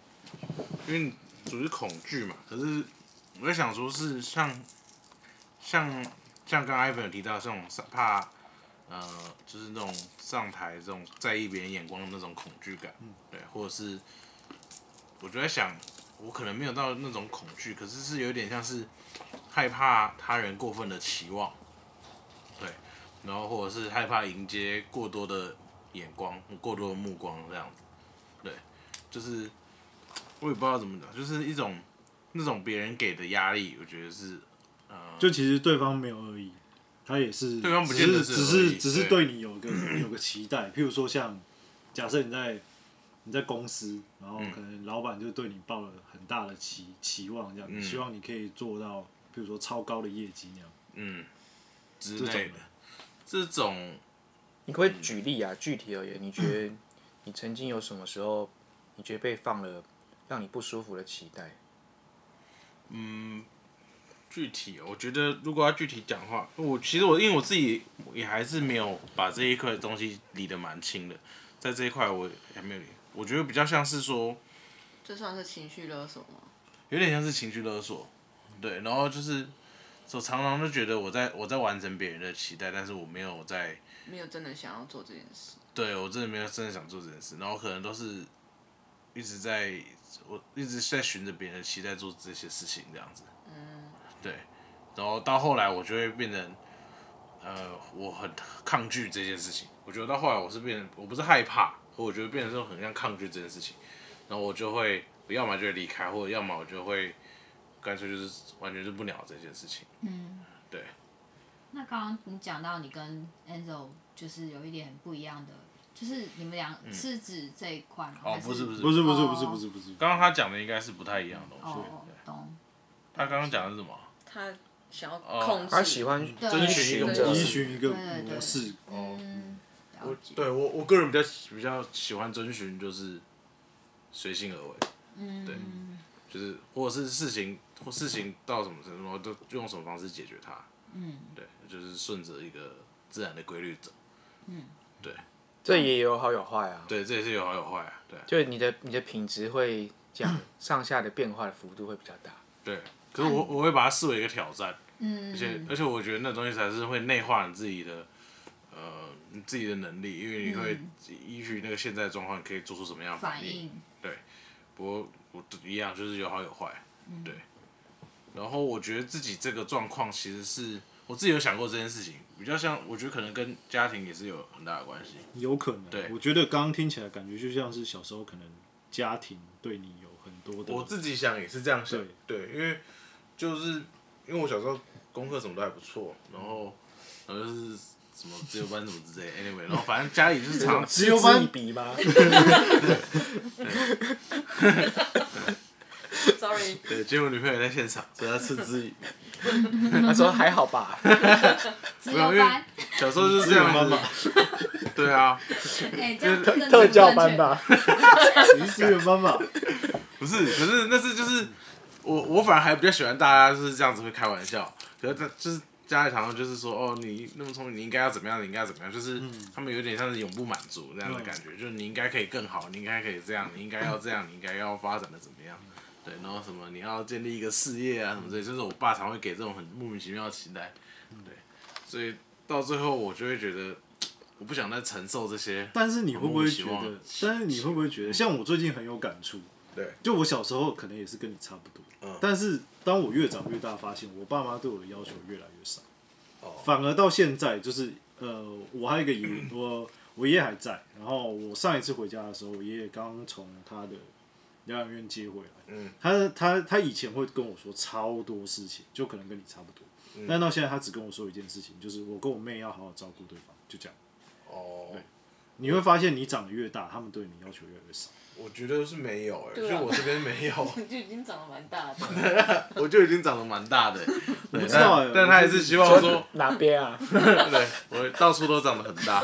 D: 因为主要是恐惧嘛，可是我在想说是像像像刚刚 Ivan 有提到这种上怕呃就是那种上台这种在意别人眼光的那种恐惧感，对，或者是我就在想我可能没有到那种恐惧，可是是有点像是害怕他人过分的期望。然后或者是害怕迎接过多的眼光、过多的目光这样子。对，就是我也不知道怎么讲，就是一种那种别人给的压力，我觉得是呃
C: 就其实对方没有恶意，他也是，
D: 对方不
C: 只
D: 见得是
C: 是只
D: 恶
C: 是
D: 意
C: 只是
D: 对
C: 对你有个 有个期待，譬如说像假设你在你在公司，然后
D: 嗯
C: 可能老板就对你抱了很大的期期望，这样、
D: 嗯
C: 希望你可以做到，譬如说超高的业绩那样
D: 嗯之
C: 这
D: 类
C: 种
D: 的
C: 的。
D: 这种
B: 你可
C: 嗯
B: 不可以举例啊？具体而言，你觉 得你曾经有什么时候，你觉得被放了让你不舒服的期待？
D: 嗯具体，哦我觉得如果要具体讲的话，我其实我因为我自己也还是没有把这一块东西理得蛮清的，在这一块我还没有理。我觉得比较像是说，
F: 这算是情绪勒索吗？
D: 有点像是情绪勒索，对，然后就是，我常常就觉得我在我在完成别人的期待，但是我没有在，
F: 没有真的想要做这件事，
D: 对我真的没有真的想做这件事，然后可能都是一直在我一直在循着别人的期待做这些事情这样子，嗯，对，然后到后来我就会变成，呃，我很抗拒这件事情，我觉得到后来我是变成我不是害怕，可我觉得变成这种很像抗拒这件事情，然后我就会我要么就会离开，或者要么我就会干脆就是完全是不鸟这件事情，
E: 嗯那刚刚你讲到你跟 Enzo 就是有一点很不一样的，就是你们俩是指这一块吗？
D: 嗯哦
E: 还，
D: 不是不是，
C: 不是不是不是
E: 哦
C: 不是不是，
D: 刚刚他讲的应该是不太一样的东西，
E: 哦，懂。
D: 他刚刚讲的是什么？
F: 他想要
D: 哦
F: 控制，
B: 他喜欢
C: 嗯
E: 对
B: 遵
D: 循一个
B: 循
D: 模
B: 着
D: 式
C: 依循一个
E: 对对
C: 模式，哦
E: 嗯，了
D: 我
E: 解。
D: 对我我个人比较比较喜欢遵循就是随性而为，对
E: 嗯，
D: 就是或者是事情或事情到什么程度，然后就用什么方式解决它。嗯，对，就是顺着一个自然的规律走。
B: 这也有好有坏啊。
D: 对，这也是有好有坏啊。对
B: 就你的你的品质会 这样上下的变化的幅度会比较大。
D: 对，可是我我会把它视为一个挑战，
E: 嗯
D: 而且而且我觉得那东西才是会内化你自己的。呃，你自己的能力，因为你会依据那个现在的状况，你可以做出什么样的
E: 反
D: 应。
E: 应，
D: 不过我一样，就是有好有坏，对。然后我觉得自己这个状况其实是我自己有想过这件事情，比较像我觉得可能跟家庭也是有很大的关系，
C: 有可能。
D: 对
C: 我觉得刚刚听起来感觉就像是小时候可能家庭对你有很多的，
D: 我自己想也是这样想，对，因为就是因为我小时候功课什么都还不错，然后然后就是什么自由班什么之类的，anyway，然后反正家里就是常
B: 嗤之以鼻 吗？
F: ，sorry，
D: 对，结果女朋友也在现场，所以她嗤之以鼻。
B: 他说还好 吧。
E: 自
D: 没有
E: 由
D: 因为
E: 班，
D: 小时候就是这样 子，对啊，
E: 哎，这样政治
B: 特教
E: 不
B: 班
E: 正确，
B: 吧，
C: 你是个妈妈，
D: 不是，可是那是就是我我反而还比较喜欢大家就是这样子会开玩笑，可是他就是家里常常就是说哦你那么聪明，你应该要怎么样，你应该要怎么样，就是他们有点像是永不满足那样的感觉，就是你应该可以更好，你应该可以这样，你应该要这样，你应该要发展的怎么样。对，然后什么你要建立一个事业啊什么之类，就是我爸常会给这种很莫名其妙的期待，对，所以到最后我就会觉得我不想再承受这些，
C: 但是你会不会
D: 我希
C: 觉得
D: 望？
C: 但是你会不会觉得？像我最近很有感触，
D: 对，
C: 就我小时候可能也是跟你差不多，
D: 嗯
C: 但是当
D: 哦
C: 我越长越大，发现我爸妈对我的要求越来越少，反而到现在就是呃，我还有一个爷，我 我爷爷还在。然后我上一次回家的时候，我爷爷刚从他的疗养院接回来。嗯，他他他以前会跟我说超多事情，就可能跟你差不多。
D: 嗯
C: 但到现在，他只跟我说一件事情，就是我跟我妹要好好照顾对方，就这样。
D: 哦，
C: 你会发现，你长得越大，他们对你要求越来越少。
D: 我觉得是没有哎、
F: 对啊
D: 就我这边没有，
F: 就已经长得蛮大的。
D: 我就已经长得蛮大的、
C: 我
D: 对
C: 不知道哎、
D: 但但他还是希望说，
B: 哪边 啊？
D: 对我到处都长得很大。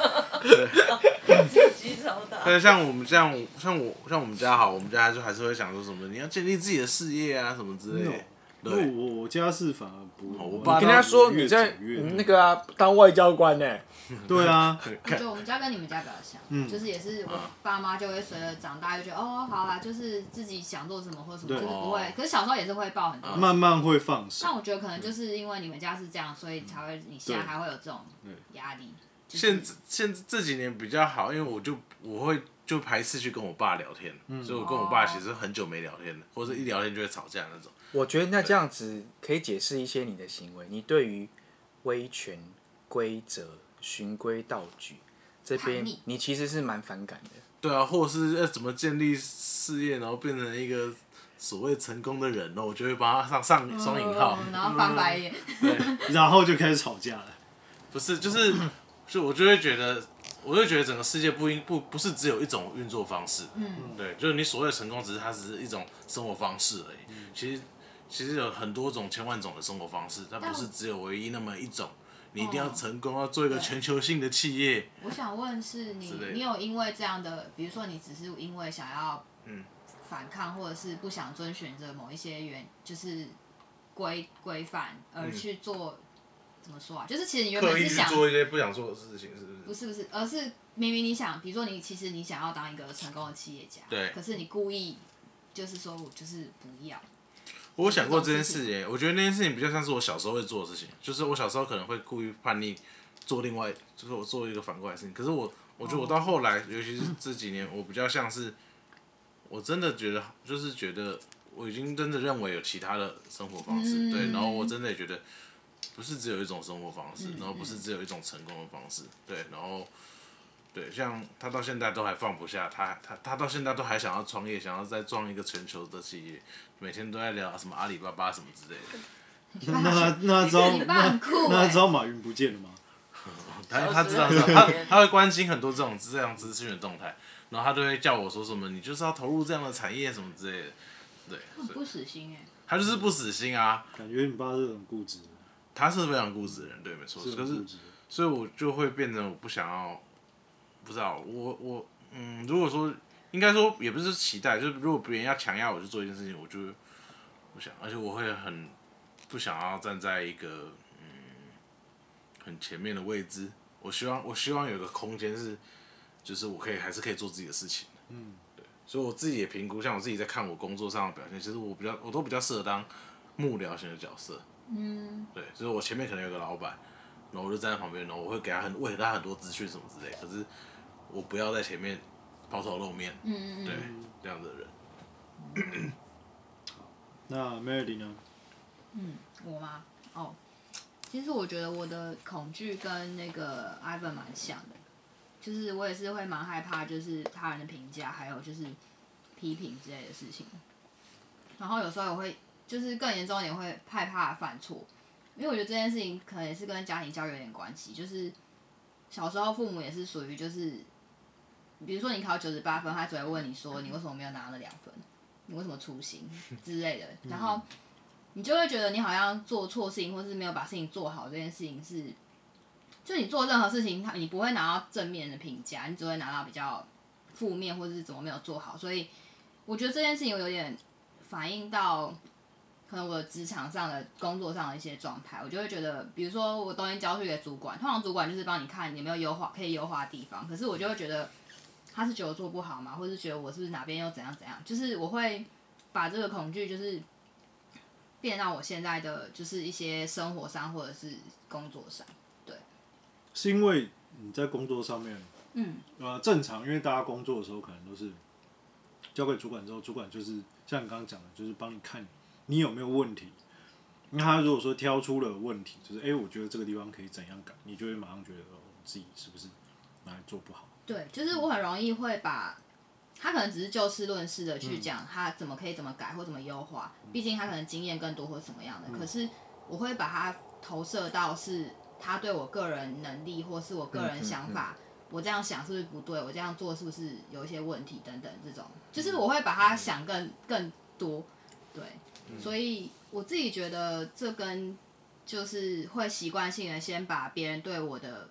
F: 自己长大。
D: 但是像我们像我像我像我们家好，我们家就还是会想说什么，你要建立自己的事业啊什么之类的。
C: 因为
D: 对，
C: 我我家是反而不，
D: 哦我爸
B: 跟他说
C: 越
B: 你在
C: 走越
D: 嗯
B: 你那个啊，当外交官呢、
C: 嗯对啊，
E: 我觉得我们家跟你们家比较像，
D: 嗯
E: 就是也是我
D: 啊
E: 爸妈就会随着长大就觉得哦，好啦，就是自己想做什么或什么，
C: 对
E: 就是不
D: 哦
E: 会。可是小时候也是会抱
D: 啊
E: 很多。
C: 慢慢会放手
E: 但。我觉得可能就是因为你们家是这样，所以才会你现在还会有这种压力。就是
D: 现现这几年比较好，因为我就我会就排斥去跟我爸聊天，
C: 嗯
D: 所以我跟我爸其实很久没聊天了，或者一聊天就会吵架那种。
B: 我觉得那这样子可以解释一些你的行为，你对于威权、规则、循规蹈矩这边
E: 叛逆，
B: 你其实是蛮反感的。
D: 对啊，或者是要怎么建立事业，然后变成一个所谓成功的人呢？我就会帮他上上双引号，
E: 嗯然后翻白眼，
C: 然后就开始吵架了。
D: 不是就是就我就会觉得，我就觉得整个世界不应不不是只有一种运作方式，
E: 嗯，
D: 对，就是你所谓的成功，只是它只是一种生活方式而已。其实其实有很多种、千万种的生活方式，它
E: 但
D: 不是
E: 我
D: 只有唯一那么一种。你一定要
E: 哦
D: 成功，要做一个
E: 对
D: 全球性的企业，
E: 我想问是你
D: 之类的，
E: 你有因为这样的，比如说你只是因为想要
D: 嗯
E: 反抗，或者是不想遵循着某一些原就是规规范
D: 嗯
E: 而去做、怎么说啊？就是其实你原本是想
D: 一些不想做的事情，是不
E: 不？是不是，而是明明你想，比如说你其实你想要当一个成功的企业家，
D: 对
E: 可是你故意就是说我就是不要，
D: 我想过这件事耶，我觉得那件事情比较像是我小时候会做的事情，就是我小时候可能会故意叛逆，做另外，就是我做一个反过来的事情。可是我，我觉得我到后来，尤其是这几年，我比较像是，我真的觉得，就是觉得我已经真的认为有其他的生活方式，
E: 嗯
D: 对，然后我真的也觉得不是只有一种生活方式，然后不是只有一种成功的方式，对，然后。对，像他到现在都还放不下，他他他到现在都还想要创业，想要再创一个全球的企业，每天都在聊什么阿里巴巴什么之类的。
C: 那那那知道
E: 你爸
C: 那
E: 很酷
C: 那
E: 哎、
C: 知道马云不见了吗？
D: 他
F: 小
D: 他
F: 时
D: 知道，
F: 候
D: 知道
F: 很
D: 他
F: 黏
D: 他会关心很多这种这样资讯的动态，然后他就会叫我说什么，你就是要投入这样的产业什么之类的。对，
E: 很
D: 所以
E: 不死心哎、
D: 他就是不死心啊，
C: 感觉你爸是很固执的，
D: 他是非常固执的人，对，没错。
C: 是
D: 可
C: 很
D: 是
C: 固执的。
D: 所以我就会变成我不想要，不知道我我嗯，如果说应该说也不是期待，就是如果别人要强压我去做一件事情，我就不想，而且我会很不想要站在一个嗯很前面的位置。我希望我希望有个空间是，就是我可以还是可以做自己的事情。嗯，对，所以我自己也评估，像我自己在看我工作上的表现，其实我比较我都比较适合当幕僚型的角色。
E: 嗯，
D: 对，就是我前面可能有个老板，然后我就站在旁边，然后我会给他很喂他很多资讯什么之类，可是我不要在前面抛头露面，
E: 嗯嗯
D: 对
E: 嗯，
D: 这样的人，
C: 那 Melody 呢？
E: 我吗？哦，其实我觉得我的恐惧跟那个 Ivan 蛮像的，就是我也是会蛮害怕，就是他人的评价，还有就是批评之类的事情。然后有时候我会，就是更严重一点，会害怕犯错，因为我觉得这件事情可能也是跟家庭教育有点关系，就是小时候父母也是属于就是，比如说你考九十八分，他只会问你说你为什么没有拿那两分，你为什么粗心之类的，然后。你就会觉得你好像做错事情，或是没有把事情做好，这件事情是，就你做任何事情，它你不会拿到正面的评价，你只会拿到比较负面，或是怎么没有做好。所以我觉得这件事情有点反映到可能我的职场上的工作上的一些状态，我就会觉得，比如说我东西交出给主管，通常主管就是帮你看有没有优化可以优化的地方，可是我就会觉得他是觉得我做不好嘛，或是觉得我是不是哪边又怎样怎样，就是我会把这个恐惧就是。变到我现在的就是一些生活上或者是工作上，
C: 是因为你在工作上面，
E: 嗯，
C: 呃，正常，因为大家工作的时候可能都是交给主管之后，主管就是像你刚刚讲的，就是帮你看你有没有问题。嗯那他如果说挑出了问题，就是哎、诶我觉得这个地方可以怎样改，你就会马上觉得哦，自己是不是哪里做不好。
E: 对，就是我很容易会把，他可能只是就事论事的去讲他怎么可以怎么改或怎么优化，毕竟他可能经验更多或怎么样的。可是我会把它投射到是他对我个人能力或是我个人想法，我这样想是不是不对，我这样做是不是有一些问题等等这种，就是我会把它想更更多，对，所以我自己觉得这跟就是会习惯性的先把别人对我的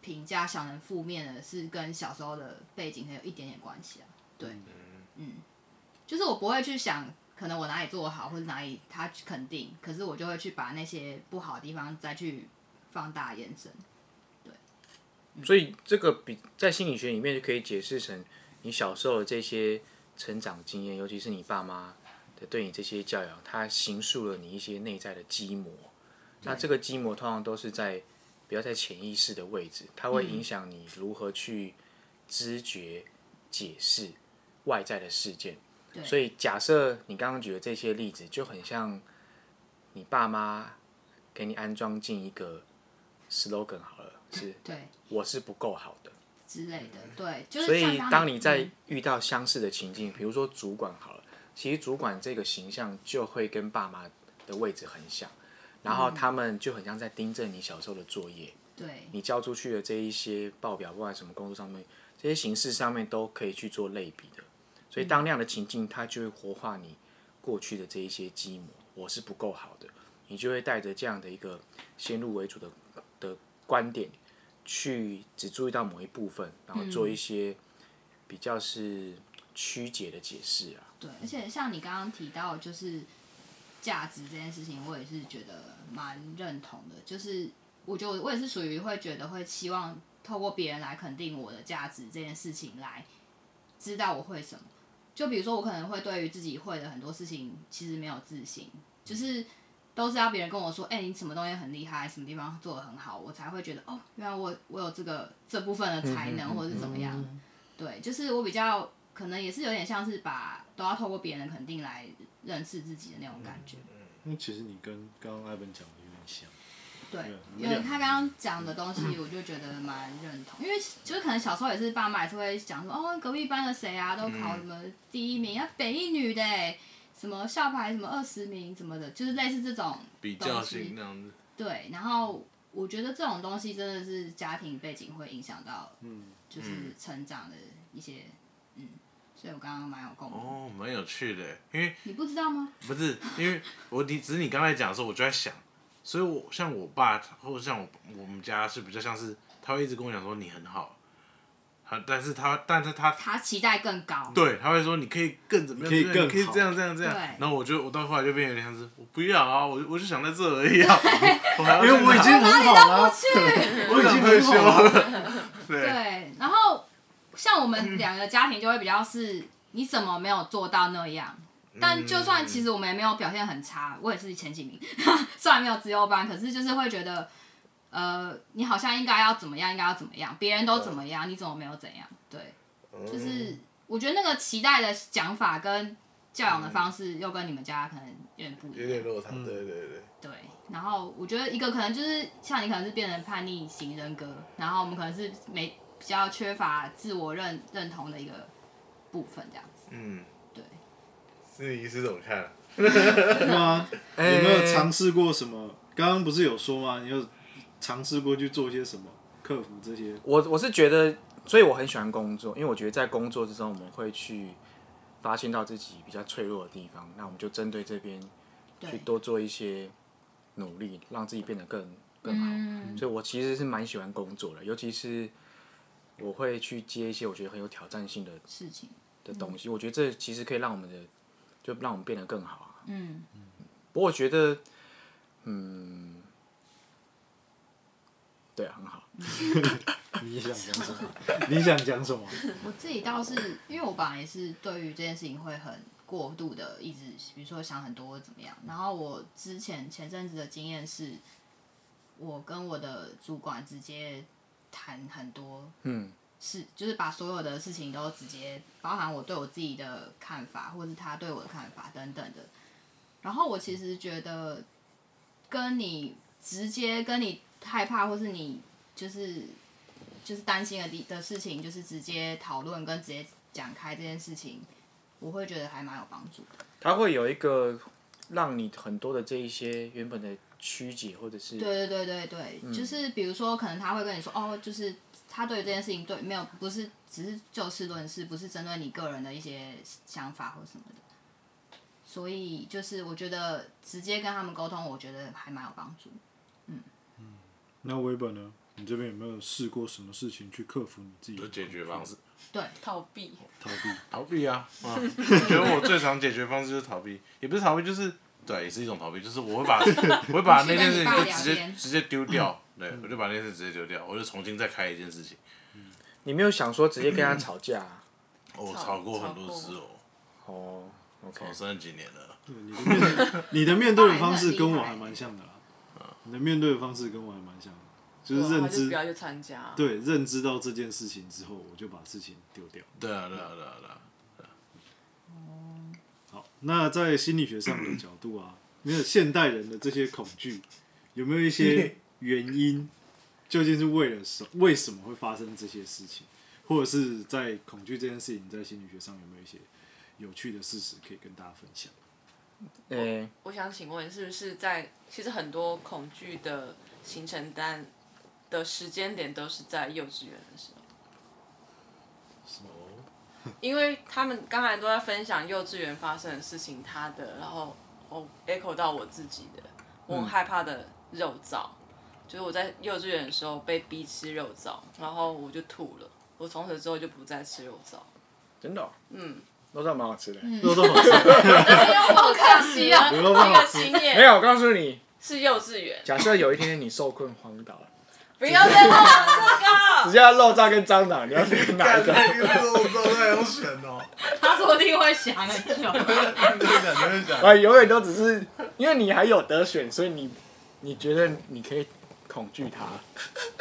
E: 评价想成负面的，是跟小时候的背景很有一点点关系啊。对，嗯，就是我不会去想，可能我哪里做得好，或者哪里他肯定，可是我就会去把那些不好的地方再去放大延伸。嗯
B: 所以这个比在心理学里面就可以解释成你小时候的这些成长经验，尤其是你爸妈的对你这些教养，它形塑了你一些内在的基模。那这个基模通常都是在比较在潜意识的位置，它
E: 嗯
B: 会影响你如何去知觉、解释外在的事件。
E: 对
B: 所以假设你刚刚举的这些例子，就很像你爸妈给你安装进一个 slogan 好了，是
E: 对，
B: 我是不够好的。
E: 之类的，对，就是
B: 所
E: 像
B: 以
E: 刚嗯
B: 当
E: 你
B: 你在遇到相似的情境，比如说主管好了，其实主管这个形象就会跟爸妈的位置很像，然
E: 嗯
B: 后他们就很像在盯着你小时候的作业，
E: 对
B: 你交出去的这一些报表，不管什么工作上面，这些形式上面都可以去做类比的。所以当那样的情境，它就会活化你过去的这一些基模。我是不够好的，你就会带着这样的一个先入为主的的观点，去只注意到某一部分，然后做一些比较是曲解的解释啊。
E: 对，而且像你刚刚提到，就是价值这件事情，我也是觉得蛮认同的。就是我觉得我也是属于会觉得会期望透过别人来肯定我的价值这件事情，来知道我会什么。就比如说，我可能会对于自己会的很多事情其实没有自信，就是都是要别人跟我说，哎、你什么东西很厉害，什么地方做的很好，我才会觉得哦，原来我我有这个这部分的才能，或者是怎么样。对，就是我比较可能也是有点像是把都要透过别人的肯定来认识自己的那种感觉。
D: 嗯
C: 那其实你跟刚刚艾文讲的有点像，
E: 对，
C: 对
E: 因为他刚刚讲的东西，我就觉得蛮认同，因为就是可能小时候也是爸妈也是会讲说，哦，隔壁班的谁啊，
D: 嗯
E: 都考什么第一名，啊，北一女的欸，什么校排什么二十名什么的，就是类似这种
D: 比较
E: 东西
D: 性那样子，
E: 对，然后我觉得这种东西真的是家庭背景会影响到，
D: 嗯
E: 就是成长的一些，嗯，所以我刚刚蛮有共鸣。
D: 哦，蛮有趣的，因为
E: 你不知道吗？
D: 不是因为我你只是你刚才讲的时候，我就在想，所以我像我爸或者像我我们家是比较像是，他会一直跟我讲说你很好，他但是他但是他
E: 他期待更高。
D: 对他会说你可以更怎么样，
C: 你可以
D: 怎么样
C: 更
D: 你可
C: 好
D: 以这样这样这样
E: 对，
D: 然后我就我到后来就变有点像是我不要啊，我我就想在这而 已啊，我还要
C: 因为我已经很好
E: 哦
C: 了，
E: 去。
C: 我已经很好了，
D: 对
E: 对，然后像我们两个家庭就会比较是，你怎么没有做到那样？但就算其实我们也没有表现很差，我也是前几名， 虽然没有资优班，可是就是会觉得，呃，你好像应该要怎么样，应该要怎么样，别人都怎么样，你怎么没有怎样？对，就是我觉得那个期待的讲法跟教养的方式又跟你们家可能嗯有点不一样，
A: 落差，对对对。
E: 对，然后我觉得一个可能就是像你可能是变成叛逆型人格，然后我们可能是没比较缺乏自我认认同的一个部分这样子。
D: 嗯，
E: 对，
D: 是你是怎么看？
C: 对吗？
B: 有
C: 啊有没有尝试过什么？刚刚不是有说吗？你有尝试过去做些什么，克服这些？
B: 我我是觉得，所以我很喜欢工作，因为我觉得在工作之中，我们会去发现到自己比较脆弱的地方，那我们就针对这边去
E: 对，
B: 多做一些努力，让自己变得更更好。
E: 嗯，
B: 所以我其实是蛮喜欢工作的，尤其是我会去接一些我觉得很有挑战性的
E: 事情，
B: 的东
E: 嗯
B: 西。我觉得这其实可以让我们的，就让我们变得更好啊。
E: 嗯，
B: 不过我觉得，嗯，对啊，很好。
C: 你想讲什么？你想讲什么？
E: 我自己倒是因为我本来也是对于这件事情会很过度的，一直比如说想很多怎么样，然后我之前前阵子的经验是，我跟我的主管直接谈很多
B: 嗯，
E: 是，就是把所有的事情都直接包含我对我自己的看法，或是他对我的看法等等的。然后我其实觉得，跟你直接跟你害怕，或是你就是就是担心的地的事情，就是直接讨论跟直接讲开这件事情，我会觉得还蛮有帮助的。
B: 它会有一个让你很多的这一些原本的曲解或者是
E: 对对对对对，
B: 嗯
E: 就是比如说，可能他会跟你说，哦，就是他对于这件事情对没有不是只是就事论事，不是针对你个人的一些想法或什么的。所以就是我觉得直接跟他们沟通，我觉得还蛮有帮助。
C: 那 Weber 呢？你这边有没有试过什么事情去克服你自己
D: 有
C: 的
D: 解决方式，
E: 对，
F: 逃避，
C: 逃避？
D: 逃避啊。啊，我觉得我最常解决方式就是逃避，也不是逃避，就是对，也是一种逃避，就是我会把我会把那件事情就直
E: 去跟你爸聊
D: 接
E: 天
D: 直接丢掉，对，我就把那件事直接丢掉，我就重新再开一件事情。
B: 你没有想说直接跟他吵架啊、
D: 哦我
F: 吵
D: 吵过很
F: 吵
D: 多
F: 过
D: 次哦，
B: 哦，OK，
D: 我三十几年了，
C: 你的面你的面对的方式跟我还蛮像的啦，你的面对的方式跟我还蛮像的，就是
F: 对啊
C: 认
F: 他就
C: 知
F: 不要去参加。
C: 对认知到这件事情之后，我就把事情丢掉。
D: 对啊，对啊，对啊，对啊。
C: 好，那在心理学上的角度啊，没有现代人的这些恐惧，有没有一些原因？究竟是为了什？为什么会发生这些事情？或者是在恐惧这件事情，在心理学上有没有一些有趣的事实可以跟大家分享？
B: 诶、
F: 我想请问，是不是在其实很多恐惧的行程单的时间点都是在幼稚园的时候？因为他们刚才都在分享幼稚园发生的事情，他的，然后我 echo 到我自己的，我很害怕的肉燥，就是我在幼稚园的时候被逼吃肉燥，然后我就吐了，我从此之后就不再吃肉燥。
B: 真的、哦，
F: 嗯，
B: 肉燥蛮好吃的。
C: 肉都好吃，
E: 好可惜 啊！
C: 牛肉饭好
F: 这个
C: 吃。
F: 经
B: 没
F: 验
B: 有，我告诉你，
F: 是幼稚 园，
B: 假设有一天你受困荒岛，
F: 不要再弄这个。
B: 只要肉燥跟蟑螂，你要选哪一 个？
A: 那个肉燥太有选哦，
E: 他说不定会想很久。
A: 那个感觉会想
B: 啊，永远都只是因为你还有得选，所以你你觉得你可以恐惧它。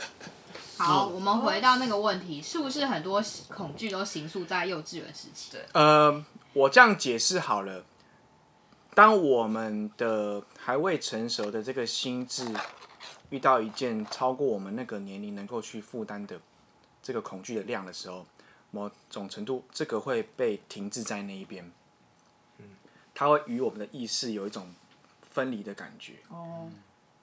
E: 好，我们回到那个问题，是不是很多恐惧都形塑在幼稚园时期？对，
B: 呃，我这样解释好了。当我们的还未成熟的这个心智遇到一件超过我们那个年龄能够去负担的这个恐惧的量的时候，某种程度这个会被停滞在那一边。它会与我们的意识有一种分离的感觉。
E: 哦，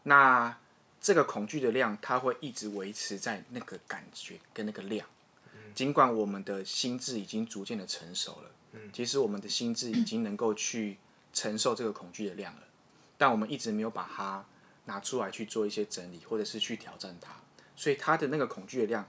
B: 那这个恐惧的量，它会一直维持在那个感觉跟那个量，尽管我们的心智已经逐渐的成熟了，其实我们的心智已经能够去承受这个恐惧的量了，但我们一直没有把它拿出来去做一些整理，或者是去挑战它，所以它的那个恐惧的量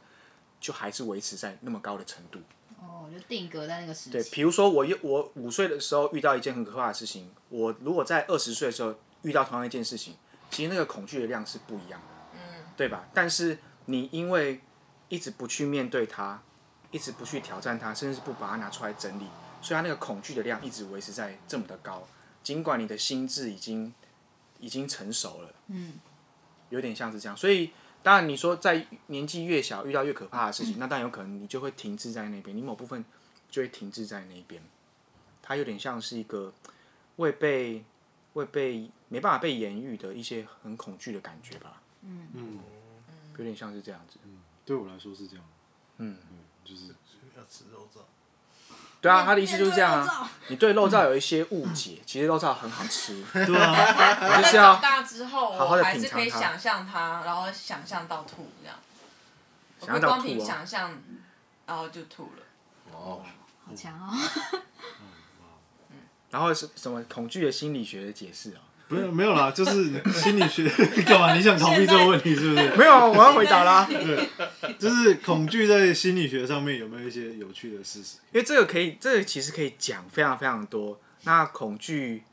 B: 就还是维持在那么高的程度。
E: 哦，就定格在那个时
B: 对，
E: 期。
B: 比如说我又我五岁的时候遇到一件很可怕的事情，我如果在二十岁的时候遇到同样一件事情，其实那个恐惧的量是不一样的，嗯，对吧？但是你因为一直不去面对它，一直不去挑战它，甚至不把它拿出来整理，所以它那个恐惧的量一直维持在这么的高，尽管你的心智已经已经成熟了，
E: 嗯，
B: 有点像是这样，所以。当然，你说在年纪越小遇到越可怕的事情，那当然有可能你就会停滞在那边，你某部分就会停滞在那边。它有点像是一个未被未被没办法被言喻的一些很恐惧的感觉吧，
C: 嗯，
B: 有点像是这样子。
C: 对我来说是这样。
B: 嗯，
C: 就是
A: 要吃肉燥，
B: 对啊，他的意思就是这样啊。你对肉燥有一些误解，其实肉燥很好吃，你
C: 对啊，
B: 就是
F: 长
B: 要
F: 大之后，
B: 好好
F: 我
B: 地
F: 还
B: 品
F: 是可以
B: 尝它
F: 想象它，然后想象到吐这样。我
B: 想要
F: 会
B: 到
F: 光
B: 吐
F: 凭
B: 哦。
F: 想象，然后就吐了。
E: 好强哦！
B: 然后是什么恐惧的心理学的解释啊？
C: 没有没有啦，就是心理学 干嘛？你想逃避这个问题是 不是？
B: 没有啊，我要回答啦，因
C: 就是恐惧在心理学上面有没有一些有趣的事实？
B: 为这个可以，这个其实可以讲非常非常多。那恐惧，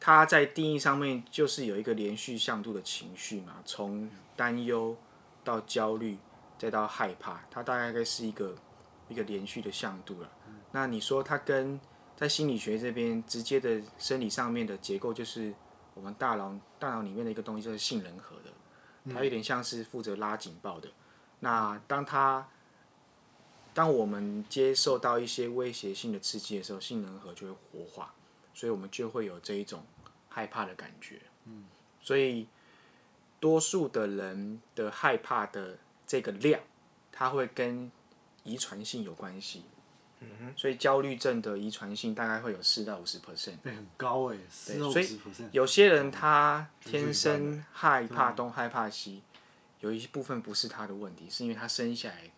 B: 它在定义上面就是有一个连续向度的情绪嘛，从担忧到焦虑，再到害怕，它大概是一个一个连续的向度了。那你说它跟在心理学这边直接的生理上面的结构，就是我们大脑大脑里面的一个东西，就是杏仁核的，它有点像是负责拉警报的。那当它当我们接受到一些威胁性的刺激的时候，杏仁核就会活化，所以我们就会有这一种害怕的感觉。嗯，所以多数的人的害怕的这个量，它会跟遗传性有关系。所以焦虑症的遗传性大概会有四到五十 percent。
C: 哎很高哎，四到五
B: 所
C: 十
B: 以
C: percent，
B: 有些人他天
D: 就是一般
B: 生
D: 的
B: 害怕东害怕西，有一部分不是他的问题，是因为他生下来，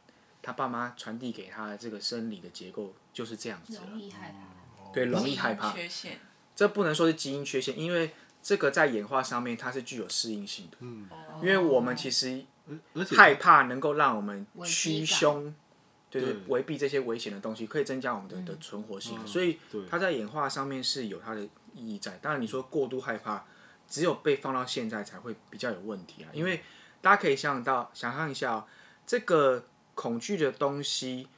B: 他爸妈传递给他的这个生理的结构就是这样子
E: 容
B: 了，
E: 易害怕。
B: 对，容易害怕。
F: 缺陷。
B: 这不能说是基因缺陷，因为这个在演化上面它是具有适应性的，
C: 嗯，
F: 哦
B: 因为我们其实
C: 而且
B: 害怕能够让我们
E: 危机
B: 趋
E: 感
B: 凶，对对
C: 对，
B: 回避这些危险的东西，可以增加我们的的存活性，所以
C: 对
B: 它在演化上面是有它的意义在。当然，你说过度害怕，只有被放到现在才会比较有问题啊，因为大家可以想象到，想象一下、哦、这个恐惧的东西，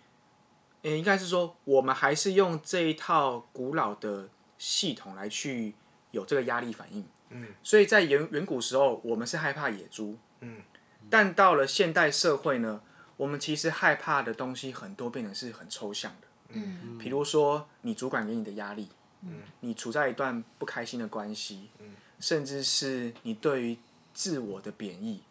B: 嗯，应该是说我们还是用这一套古老的系统来去有这个压力反应。嗯，所以在远远古时候，我们是害怕野猪。嗯，但到了现代社会呢，我们其实害怕的东西很多，变成是很抽象的。
E: 嗯，
B: 比如说你主管给你的压力，你处在一段不开心的关系，甚至是你对于自我的贬义，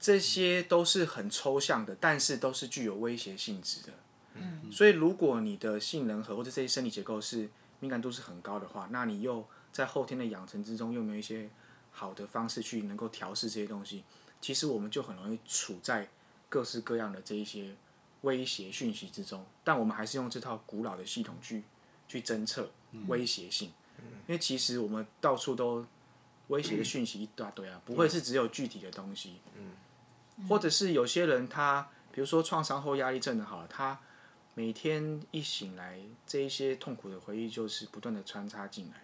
B: 这些都是很抽象的，但是都是具有威胁性质的。嗯，所以如果你的性能核或者这些生理结构是敏感度是很高的话，那你又在后天的养成之中又没有一些好的方式去能够调试这些东西，其实我们就很容易处在各式各样的这一些威胁讯息之中，但我们还是用这套古老的系统去去侦测威胁性，因为其实我们到处都威胁的讯息一大堆啊，不会是只有具体的东西，或者是有些人他，比如说创伤后压力症的好了，他每天一醒来，这一些痛苦的回忆就是不断的穿插进来，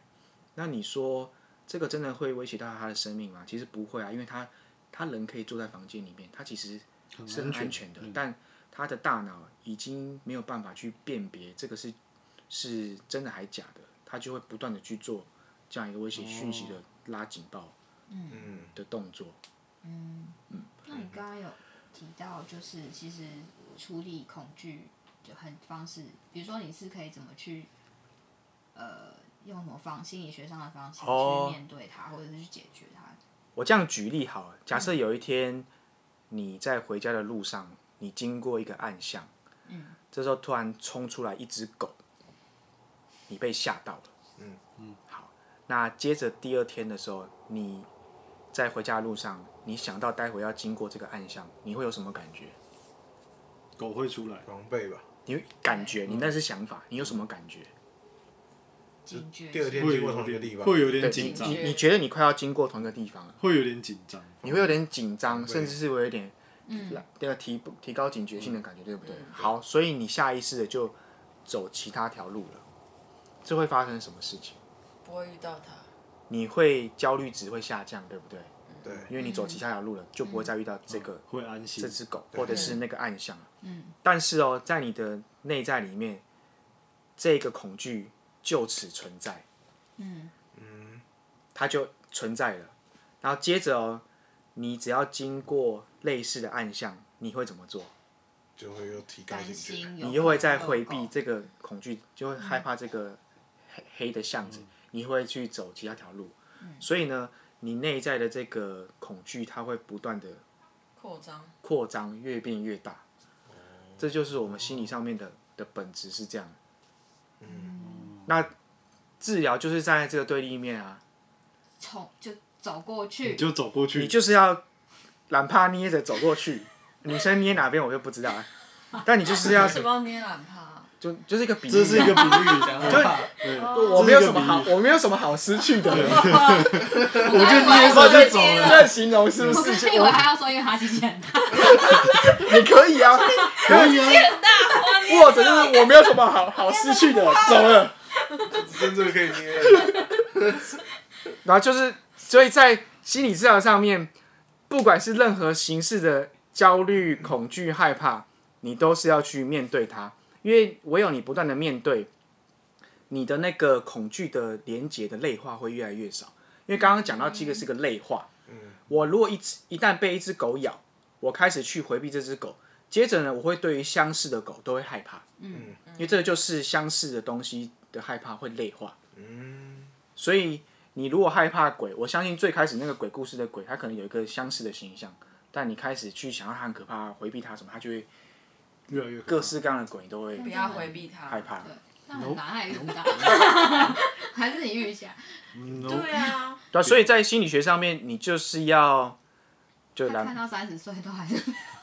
B: 那你说这个真的会威胁到他的生命吗？其实不会啊，因为他他人可以坐在房间里面，他其实是很安全的，
C: 嗯
B: 但他的大脑已经没有办法去辨别这个是是真的还假的，他就会不断的去做这样一个威胁讯息的拉警报，嗯的动作。
E: 那你刚刚有提到，就是其实处理恐惧就很方式，比如说你是可以怎么去，呃，用什么方心理学上的方式
B: 哦
E: 去面对它，或者是去解决它。
B: 我这样举例好了，假设有一天你在回家的路上，你经过一个暗巷，嗯，这时候突然冲出来一只狗，你被吓到了，嗯嗯，好，那接着第二天的时候，你在回家的路上，你想到待会要经过这个暗巷，你会有什么感觉？
C: 狗会出来，
A: 狼狈吧。
B: 你会感觉，你那是想法，你有什么感觉？
E: 警觉
A: 第二天
E: 性
C: 会
A: 经过
C: 有
A: 同一个地
C: 点
A: 方，
C: 会有点
B: 对
C: 紧张
B: 你，你你觉得你快要经过同一个地方了，
C: 会有点紧张，
B: 你会有点紧张，
A: 对
B: 甚至是有一点
E: 嗯，
B: 那个提不提高警觉性的感觉，对不对？好，所以你下意识的就走其他条路了，这会发生什么事情？
F: 不会遇到他，
B: 你会焦虑值会下降，对不对？
A: 对，
B: 因为你走其他条路了，就不会再遇到这个、
C: 会安心
B: 这，只狗或者是那个暗象了。
E: 嗯，
B: 但是哦，在你的内在里面，这个恐惧就此存在。
E: 嗯，
B: 它就存在了。然后接着哦，你只要经过类似的暗象，你会怎么做？
A: 就会又提高
E: 担
A: 警觉。
E: 心有
B: 你又会再
E: 狗
B: 回避这个恐惧，就会害怕这个黑黑的巷
F: 嗯
B: 子，你会去走其他条路。所以呢，你内在的这个恐惧，它会不断的
F: 扩张。
B: 扩张，越变越大。
C: 哦
B: 这就是我们心理上面的的本质是这样。嗯，那治疗就是站在这个对立面啊，
E: 冲就走过
C: 你
E: 去，
C: 就走过
B: 你
C: 去，
B: 就是要懒趴捏着走过 去，女生捏哪边我就不知道了，啊但你啊就是要
F: 为什么要捏懒趴？
B: 就就是一个比喻，
C: 这是一个 比喻，
B: 就
C: 对，
B: 哦我没有什么好
C: 这，
B: 我没有什么好失去 的，
E: 我就捏
B: 我
C: 就走了
B: 这形容是不
E: 我
B: 是？
E: 刚以为还要说，因为他其实很大，
B: 你可以啊，
C: 可以啊，
B: 握着就是我没有什么好好失去的，走了。
A: 真正可以捏，
B: 然后就是，所以在心理治疗上面，不管是任何形式的焦虑、恐惧、害怕，你都是要去面对它，因为唯有你不断的面对，你的那个恐惧的连接的类化会越来越少。因为刚刚讲到这个是个类化，我如果一只一旦被一只狗咬，我开始去回避这只狗，接着呢，我会对于相似的狗都会害怕，
E: 嗯，
B: 因为这个就是相似的东西的害怕会类化，嗯，所以你如果害怕鬼，我相信最开始那个鬼故事的鬼，它可能有一个相似的形象，但你开始去想要它很可怕，回避它什么，它就会
C: 越来越可怕
B: 各式各样的鬼你都会
F: 不要回避它。
B: 害怕。
E: 对，那很难还遇不到， 还是你啊遇一下，
C: 嗯，no
F: 对啊，
B: 对啊，所以在心理学上面，你就是要就
E: 他看
B: 来，
E: 到三十岁都还是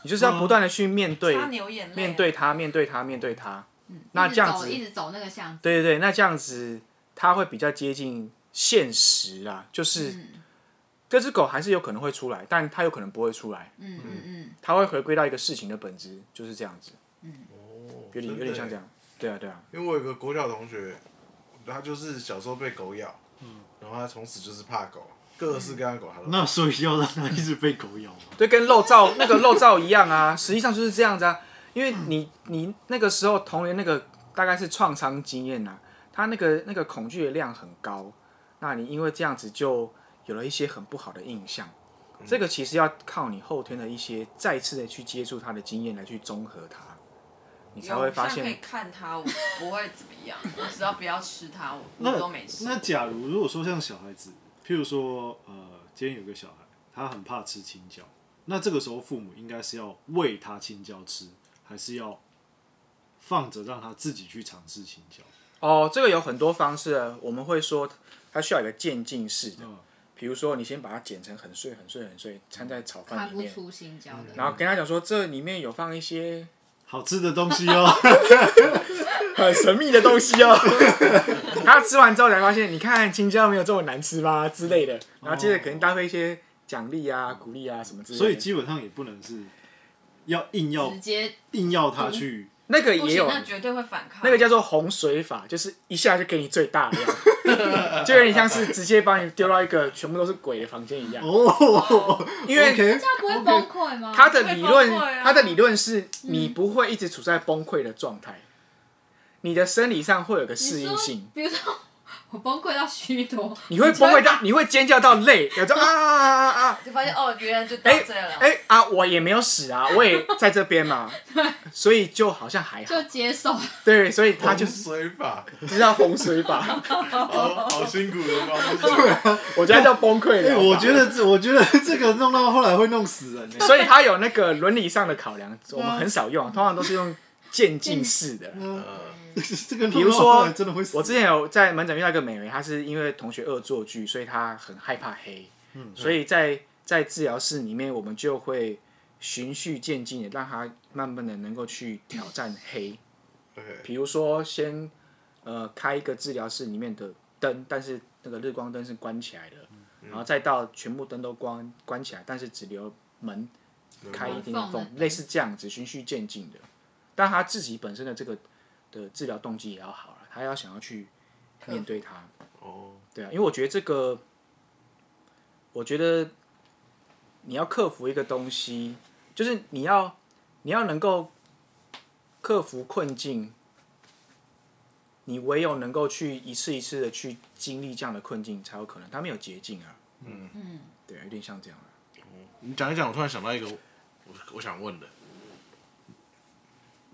B: 你就是要不断的去面对
F: 他流眼泪。
B: 面对他，面对他，面对他。那
E: 一
B: 这
E: 直
B: 样
E: 走
B: 子，
E: 一直走那个巷子，
B: 对对对，那这样子它会比较接近现实啊，就是、
E: 嗯
B: 这只狗还是有可能会出来，但它有可能不会出来，
E: 嗯嗯嗯，
B: 它会回归到一个事情的本质，就是这样子，
D: 哦
B: 有点有点像这。样。对啊对啊，
D: 因为我有个国小同学，他就是小时候被狗咬，然后他从此就是怕狗，各式各样的狗他都。
C: 那所以要让它一直被狗咬吗？
B: 对，跟漏照那个漏照一样啊， 实际上就是这样子啊，因为你你那个时候童年那个大概是创伤经验呐、啊，它那个那个恐惧的量很高，那你因为这样子就有了一些很不好的印象。这个其实要靠你后天的一些再次的去接触它的经验来去综合它，你才
F: 有
B: 会发
F: 像可以
B: 现
F: 看它，我不会怎么样，我只要不要吃它，我我
C: 那
F: 都没事。
C: 那假如如果说像小孩子，譬如说呃，今天有个小孩，他很怕吃青椒，那这个时候父母应该是要喂他青椒吃，还是要放着让他自己去尝试青椒？
B: 哦，这个有很多方式啊，我们会说它需要有一个渐进式的
C: 嗯，
B: 比如说你先把它剪成很碎很碎很碎，掺在炒饭
E: 看
B: 里
E: 不
B: 面，
E: 出新交的，
B: 然
C: 嗯
B: 后跟他讲说这里面有放一些
C: 好吃的东西 哦，
B: 很神秘的东西哦。 他吃完之后才发现，你看青椒没有这么难吃吧之类的，
C: 哦
B: 然后接着可能搭配一些奖励啊、鼓励啊什么之类的。
C: 所以基本上也不能是要硬要
E: 直接
C: 硬要他去，
B: 那个
F: 不
B: 也
F: 行，
B: 有
F: 那绝对会反抗。
B: 那个叫做洪水法，就是一下就给你最大量， 就有点像是直接把你丢到一个全部都是鬼的房间一样。
E: 嗯
C: 哦，
B: 因为
C: OK
E: 这样不会崩溃吗？
B: 他的理论
F: 会崩溃，啊嗯
B: 他的理论是你不会一直处在崩溃的状态，你的生理上会有个适
E: 你
B: 应
E: 说
B: 性，，
E: 比如说我崩溃到虚 脱，
B: 你会崩溃到，你会尖叫到累，然后就啊啊啊啊 啊！
F: 就发现哦，原来就到
B: 哎
F: 这了。
B: 哎啊，我也没有死啊，我也在这边 嘛，所以就好像还好
E: 就。接受，
B: 对，所以他就
D: 洪
B: 是
D: 水 法，
B: 知道洪水 法，
D: 好好辛苦的方式。
B: 我觉得他叫崩溃
C: 哎、
B: 了。
C: 我觉得这我觉得这个弄到后来会弄死人欸。
B: 所以他有那个伦理上的考量，我们很少
C: 嗯
B: 用，通常都是用渐进式的。
D: 呃，
C: 这个
B: 比
C: 弄
B: 如
C: 到后来
B: 说
C: 真的会，死。
B: 我之前有在门诊遇到一个美眉，她是因为同学恶作剧，所以她很害怕黑。
C: 嗯
B: 所以在在治疗室里面，我们就会循序渐进的让她慢慢的能够去挑战黑。
D: 对，
B: 比如说先呃开一个治疗室里面的灯，但是那个日光灯是关起来的，
C: 嗯
B: 然后再到全部灯都关关起来，但是只留门开一定的
E: 门缝
B: 缝
E: 的，
B: 类似这样子循序渐进的。但他自己本身的这个的治疗动机也要好了，他要想要去面对他，
D: 哦，
B: 对啊，因为我觉得这个，我觉得你要克服一个东西，就是你要你要能够克服困境，你唯有能够去一次一次的去经历这样的困境，才有可能。它没有捷径啊，
E: 嗯，
B: 对啊，有点像这样啊
D: 你讲一讲，我突然想到一个我我我想问的，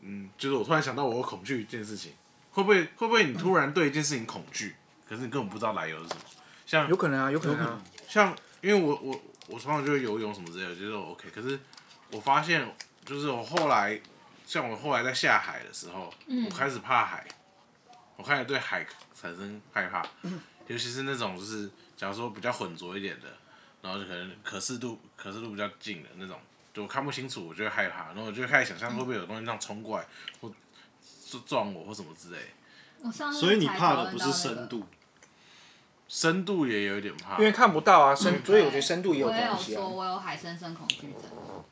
D: 嗯，就是我突然想到我有恐惧一件事情，会不会会不会你突然对一件事情恐惧，可是你根本不知道来由是什么？像
B: 有可能啊，有可能啊，
D: 像因为我我我常常就会游泳什么之类的，就是我 OK。可是我发现，就是我后来，像我后来在下海的时候，我开始怕海，我开始对海产生害怕，尤其是那种就是假如说比较浑浊一点的，然后就可能可视度可视度比较近的那种，就我看不清楚，我就会害怕，然后我就开始想象会不会有东西这样冲过来，或撞撞我或什么之类的。
E: 我上次
C: 所以你
E: 才
C: 怕的
E: 讨论
C: 不是
E: 到那个
C: 深，度，
D: 深度也有一点怕
B: 因，为看不到啊，深，所以我觉得深度也有
E: 我也有
B: 关系啊
E: 说，。我有海参生恐惧症。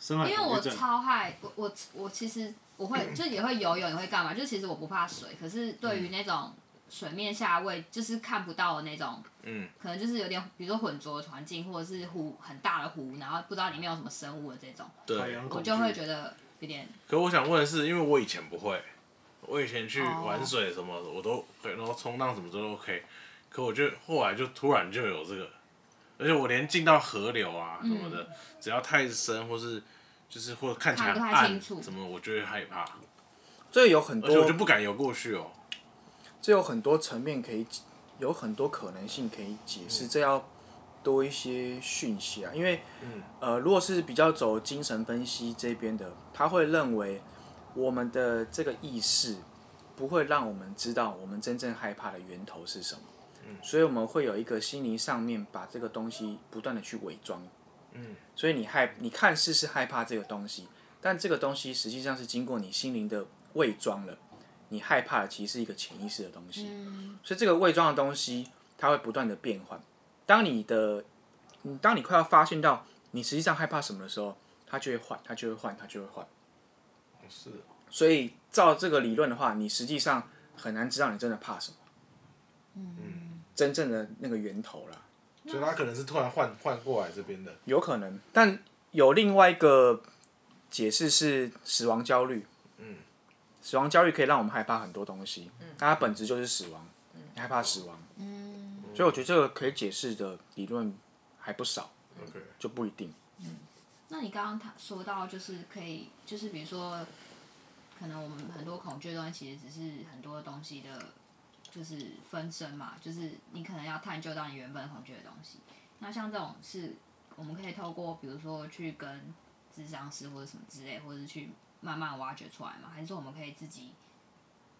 C: 深海
E: 因为
C: 恐
E: 我
C: 惧症
E: 超害我我我其实我 会就也会游泳也会干嘛，就其实我不怕水，可是对于那种水面下位就是看不到的那种，
D: 嗯，
E: 可能就是有点比如说浑浊的环境或者是湖很大的湖，然后不知道里面有什么生物的这种，
C: 海
D: 对。
C: 洋
E: 我
C: 恐
E: 就会
C: 惧，
E: 觉得有点
D: 可我想问的是，因为我以前不会，我以前去
E: 哦
D: 玩水什么的我都可以，然后冲浪什么都 OK。可我就后来就突然就有这个，而且我连进到河流啊
E: 嗯
D: 什么的，只要太深或是就是或看起来
E: 看不
D: 很
E: 太
D: 暗
E: 清楚
D: 什么，我就会害怕，
B: 这有很
D: 而且我就
B: 多，
D: 不敢游过去哦。
B: 这有很多层面可以，有很多可能性可以解释，这要多一些讯息啊。因为
D: 嗯，
B: 呃，如果是比较走精神分析这边的，他会认为我们的这个意识不会让我们知道我们真正害怕的源头是什么，所以我们会有一个心灵上面把这个东西不断的去伪装，嗯，所以你害你看似是害怕这个东西，但这个东西实际上是经过你心灵的伪装了，你害怕的其实是一个潜意识的东西，所以这个伪装的东西它会不断的变换，当你的你当你快要发现到你实际上害怕什么的时候，它就会换，它就会换，它就会换。
D: 是哦
B: 所以照这个理论的话，你实际上很难知道你真的怕什么，嗯，真正的那个源头啦，
D: 所以他可能是突然换换过来这边的，
B: 有可能。但有另外一个解释是死亡焦虑，嗯，死亡焦虑可以让我们害怕很多东西，嗯，但它本质就是死亡，你害怕死亡，嗯，所以我觉得这个可以解释的理论还不少
D: OK
B: 就不一定。
E: 那你刚刚他说到，就是可以，就是比如说，可能我们很多恐惧的东西，其实只是很多东西的，就是分身嘛，就是你可能要探究到你原本恐惧的东西。那像这种是，我们可以透过比如说去跟智商师或者什么之类，或者去慢慢挖掘出来嘛，还是说我们可以自己，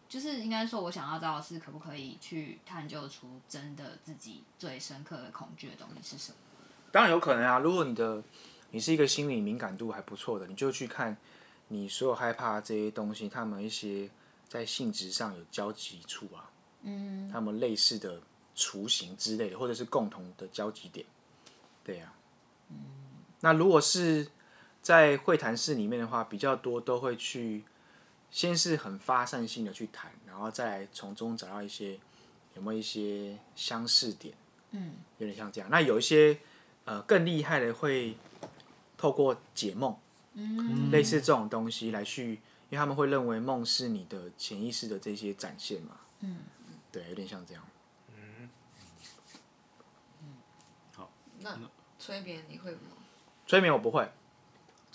E: 就是应该说，我想要知道的是可不可以去探究出真的自己最深刻的恐惧的东西是什么？
B: 当然有可能啊，如果你的你是一个心理敏感度还不错的，你就去看你所有害怕这些东西，他们一些在性质上有交集处啊，嗯，他们类似的雏形之类的，或者是共同的交集点，对呀、嗯，那如果是在会谈室里面的话，比较多都会去先是很发散性的去谈，然后再来从中找到一些有没有一些相似点，嗯，有点像这样。那有一些呃更厉害的会透过解梦，嗯，类似这种东西来去，因为他们会认为梦是你的潜意识的这些展现嘛，嗯，对，有点像这样。
G: 催眠你会吗？
B: 催眠我不会，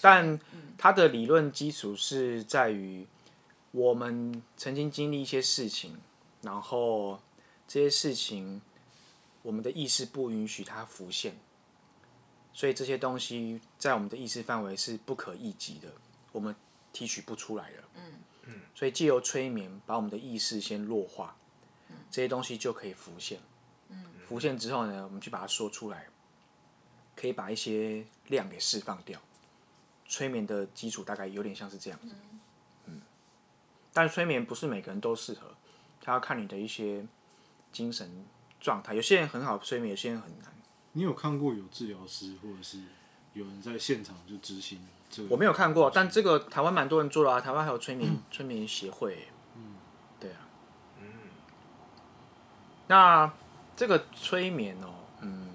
B: 但它的理论基础是在于我们曾经经历一些事情，然后这些事情我们的意识不允许它浮现，所以这些东西在我们的意识范围是不可一及的，我们提取不出来的。嗯嗯，所以借由催眠把我们的意识先弱化，这些东西就可以浮现。嗯，浮现之后呢，我们去把它说出来。可以把一些量给释放掉。催眠的基础大概有点像是这样子，嗯，但催眠不是每个人都适合，它要看你的一些精神状态。有些人很好催眠，有些人很难。
C: 你有看过有治疗师或者是有人在现场就执行这个？
B: 我没有看过，但这个台湾蛮多人做的啊，台湾还有催眠、催眠协会。嗯，对啊。那这个催眠哦，嗯，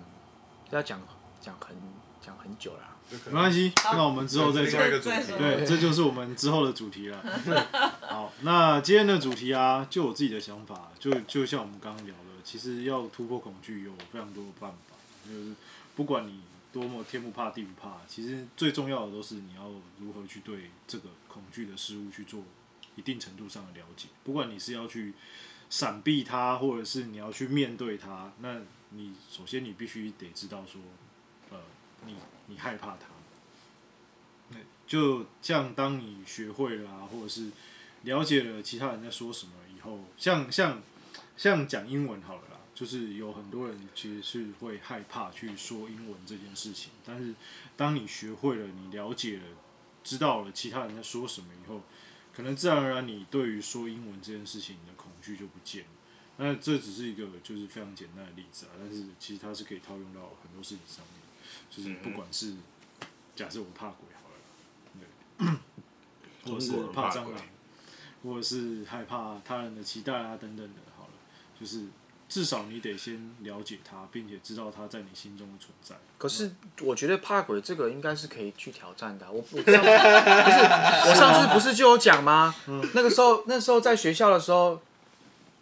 B: 要讲讲很讲很久啊啦。
C: 没关系，那我们之后再
D: 另
C: 讲
D: 外。一个主题
F: 再，
C: 对，这就是我们之后的主题了。好，那今天的主题啊，就我自己的想法，就就像我们刚刚聊的，其实要突破恐惧有非常多的办法，就是不管你多么天不怕地不怕，其实最重要的都是你要如何去对这个恐惧的事物去做一定程度上的了解。不管你是要去闪避它，或者是你要去面对它，那你首先你必须得知道说，呃，你你害怕它。就像当你学会了、啊，或者是了解了其他人在说什么以后，像像像讲英文好了啦，就是有很多人其实是会害怕去说英文这件事情，但是当你学会了，你了解了，知道了其他人在说什么以后，可能自然而然你对于说英文这件事情你的恐惧就不见了。那这只是一个就是非常简单的例子啊，但是其实它是可以套用到很多事情上面，就是不管是假设我怕鬼好了。或者是怕蟑螂，或者是害怕他人的期待啊等等的，好了，就是至少你得先了解它，并且知道它在你心中的存在。
B: 可是我觉得怕鬼这个应该是可以去挑战的啊、我我上不是我上次不是就有讲吗？那个时候那时候在学校的时候，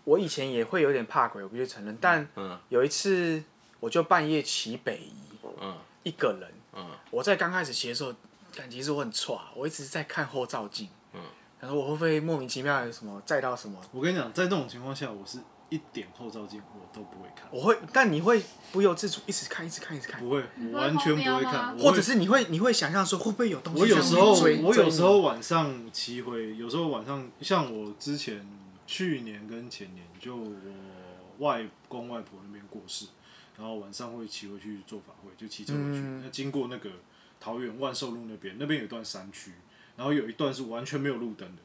B: 我以前也会有点怕鬼，我必须承认。但
D: 嗯
B: 有一次我就半夜骑北移，
D: 嗯
B: 一个人，
D: 嗯
B: 我在刚开始骑的时候，感觉是我很挫，啊我一直在看后
C: 嗯
B: 照镜，然后我会不会莫名其妙有什么载到什么？
C: 我跟你讲，在这种情况下，我是一点后照镜我都不会看，
B: 我会，但你会不由自主一直看，一直看，一直看，
C: 不会，
E: 会
C: 我完全不
E: 后
C: 会
E: 瞄吗
C: 看，我会
B: 或者是你会你会想象说会不会有东西
C: 我有
B: 在
C: 时
B: 后
C: 候，
B: 面追
C: 我有
B: 追
C: 时
B: 你
C: 候晚上骑回，有时候晚上像我之前去年跟前年，就我外公外婆那边过世，然后晚上会骑回去做法会，就骑车回去。
B: 嗯
C: 那经过那个桃园万寿路那边，那边有一段山区，然后有一段是完全没有路灯的，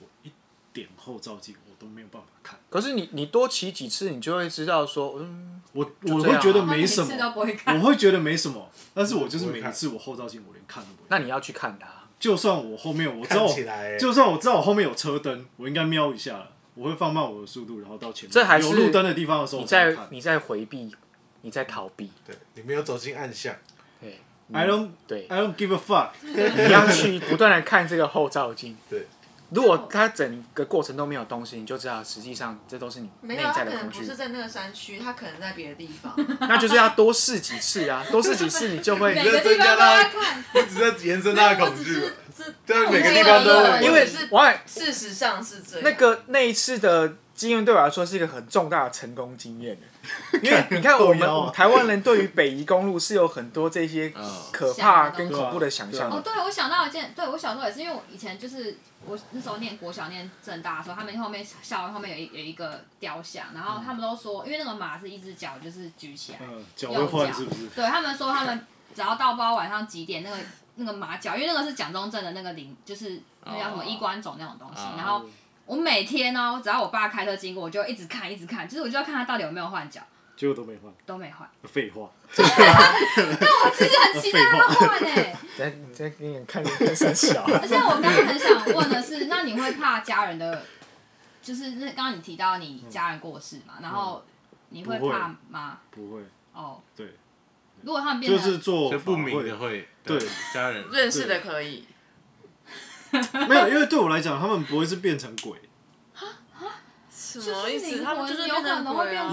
C: 我一点后照镜我都没有办法看，
B: 可是你你多骑几次，你就会知道说，嗯，
C: 我
B: 这
C: 我
B: 样
C: 会
B: 啊
C: 觉得
E: 他每
C: 没什
E: 次都
C: 么。
E: 不会看
C: 我。会觉得没什么，但是我就是
D: 我不
C: 每
D: 会
C: 一
D: 看
C: 次我后照镜我连看都不会
B: 那
C: 看，
B: 你要去看它。
C: 就算我后面我知道
D: 看
C: 我
D: 起来
C: 就算我知道我后面有车灯，我应该瞄一下了，我会放慢我的速度，然后到前面
B: 这还是
C: 有路灯的地方的时候
B: 你
C: 我再
B: 在
C: 看。
B: 你在回避，你在逃避，
D: 对，你没有走进暗巷，
B: 对
C: I don't
B: 对，
C: I don't give a fuck。
B: 你要去不断的看这个后照 镜。
D: 对，
B: 如果它整个过程都没有东西，你就知道实际上这都是你
F: 没
B: 内
F: 有，他
B: 在
F: 可
B: 的
F: 能
B: 恐
F: 不
B: 惧
F: 是，在那个山区，他可能在别的地 方。
B: 那就是要多试几次啊，多试几次你就 会
E: 每个地方都要看，
D: 你只在延伸他
F: 但
D: 的
F: 我
D: 恐
F: 只
D: 惧
F: 是
D: 吧，
F: 这
D: 对啊每个地
E: 方都会
B: 因为
F: 是
B: 哇，
F: 事实上是这样。
B: 那个那一次的经验对我来说是一个很重大的成功经 验，因为你看我
C: 够
B: 们
C: 妖啊
B: 我们台湾人对于北宜公路是有很多这些
A: 嗯
B: 可怕
E: 想的
B: 跟
E: 东西
B: 恐怖的想象
E: 哦，
B: 的，
E: 对，我想到一件，对我小时候也是，因为我以前就是我那时候念国小念正大的时候，他们后面校园后面有一有一个雕像，然后他们都说，因为那个马是一只脚就是举起来，
C: 嗯，脚会换是不是？
E: 对他们说他们只要到不知道晚上几点，那个那个马脚，因为那个是蒋中正的那个灵，就是那叫什么
A: 哦
E: 衣冠冢那种东西，
A: 哦
E: 然后。我每天哦，只要我爸开车经过，我就一直看，一直看，就是我就要看他到底有没有换脚，
C: 结果都没换，
E: 都没换。
C: 废话。
E: 我其实很期待他换欸诶、
B: 再哦啊再给你们看更生小。
E: 而且我刚刚很想问的是，那你会怕家人的，就是那刚刚你提到你家人过世嘛，然后你会
C: 不会
E: 怕吗？
C: 不会，
E: 哦，
C: 对，
E: 如果他们变
C: 就
E: 成
C: 是做
D: 就不
C: 法
D: 明
C: 会
D: 的会
C: 对
D: 家人
F: 认识的可以，
C: 没有，因为对我来讲，他们不会是变成鬼，
F: 什么意
E: 就是
F: 思？
E: 灵魂
F: 他们就是变成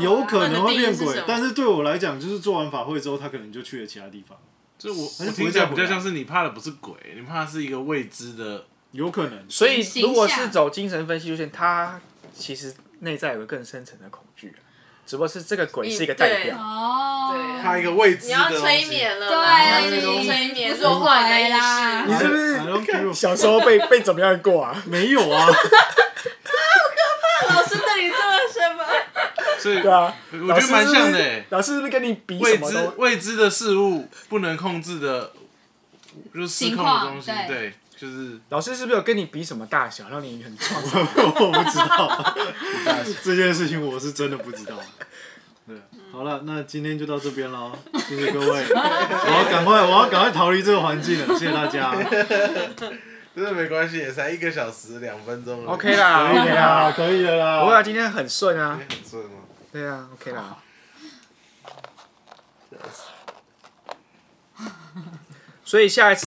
E: 有可能会
F: 鬼
C: 有可能会变
F: 啊
E: 变成
F: 那你的定义是
C: 鬼
F: 什么，
C: 但是对我来讲，就是做完法会之后，他可能就去了其他地方，
D: 就我
C: 还是
D: 我
C: 不会
D: 听起来
C: 再
D: 比
C: 回来
D: 较像是你怕的不是鬼，你怕的是一个未知的，
C: 有可能。
B: 所以
E: 形
B: 如果
E: 象
B: 是走精神分析路线，他其实内在有个更深层的恐惧啊，只不过是这个鬼
F: 你
B: 是一个代
F: 对
B: 表。
E: 哦，
F: 对
D: 怕一个未知
F: 你
D: 的
F: 要
D: 东西。
F: 催眠了，
E: 对
F: 吧你要
E: 你
F: 催眠
E: 不
F: 弱化你的
E: 回
F: 意
E: 啦
F: 识
B: 你。是不
C: I don't
B: 是
C: care
B: 小时候被 被怎么样过啊？
C: 没有啊，
F: 老师对你做了什么？
D: 所以
B: 对啊，
D: 我觉得蛮像的欸。
B: 老师是不是跟你比
D: 未
B: 什么
D: 知
B: 都？
D: 未知的事物不能控制的，就是失控的东西
E: 情况，对
D: 对，就是
B: 老师是不是有跟你比什么大小，让你很创伤？
C: 我不知道 这件事情，我是真的不知道。对，好了，那今天就到这边喽，谢谢各位，我要赶快，我要赶快逃离这个环境了，谢谢大家。
D: 真的没关系，也才一个小时两分钟而已
B: OK 啦
C: 可以
B: ，OK
C: 的
B: 啦
C: 啦，。可以的啦。
B: 不过啊今天很顺啊
D: 也，很顺哦。
B: 对啊，OK 啦。 所以下一次。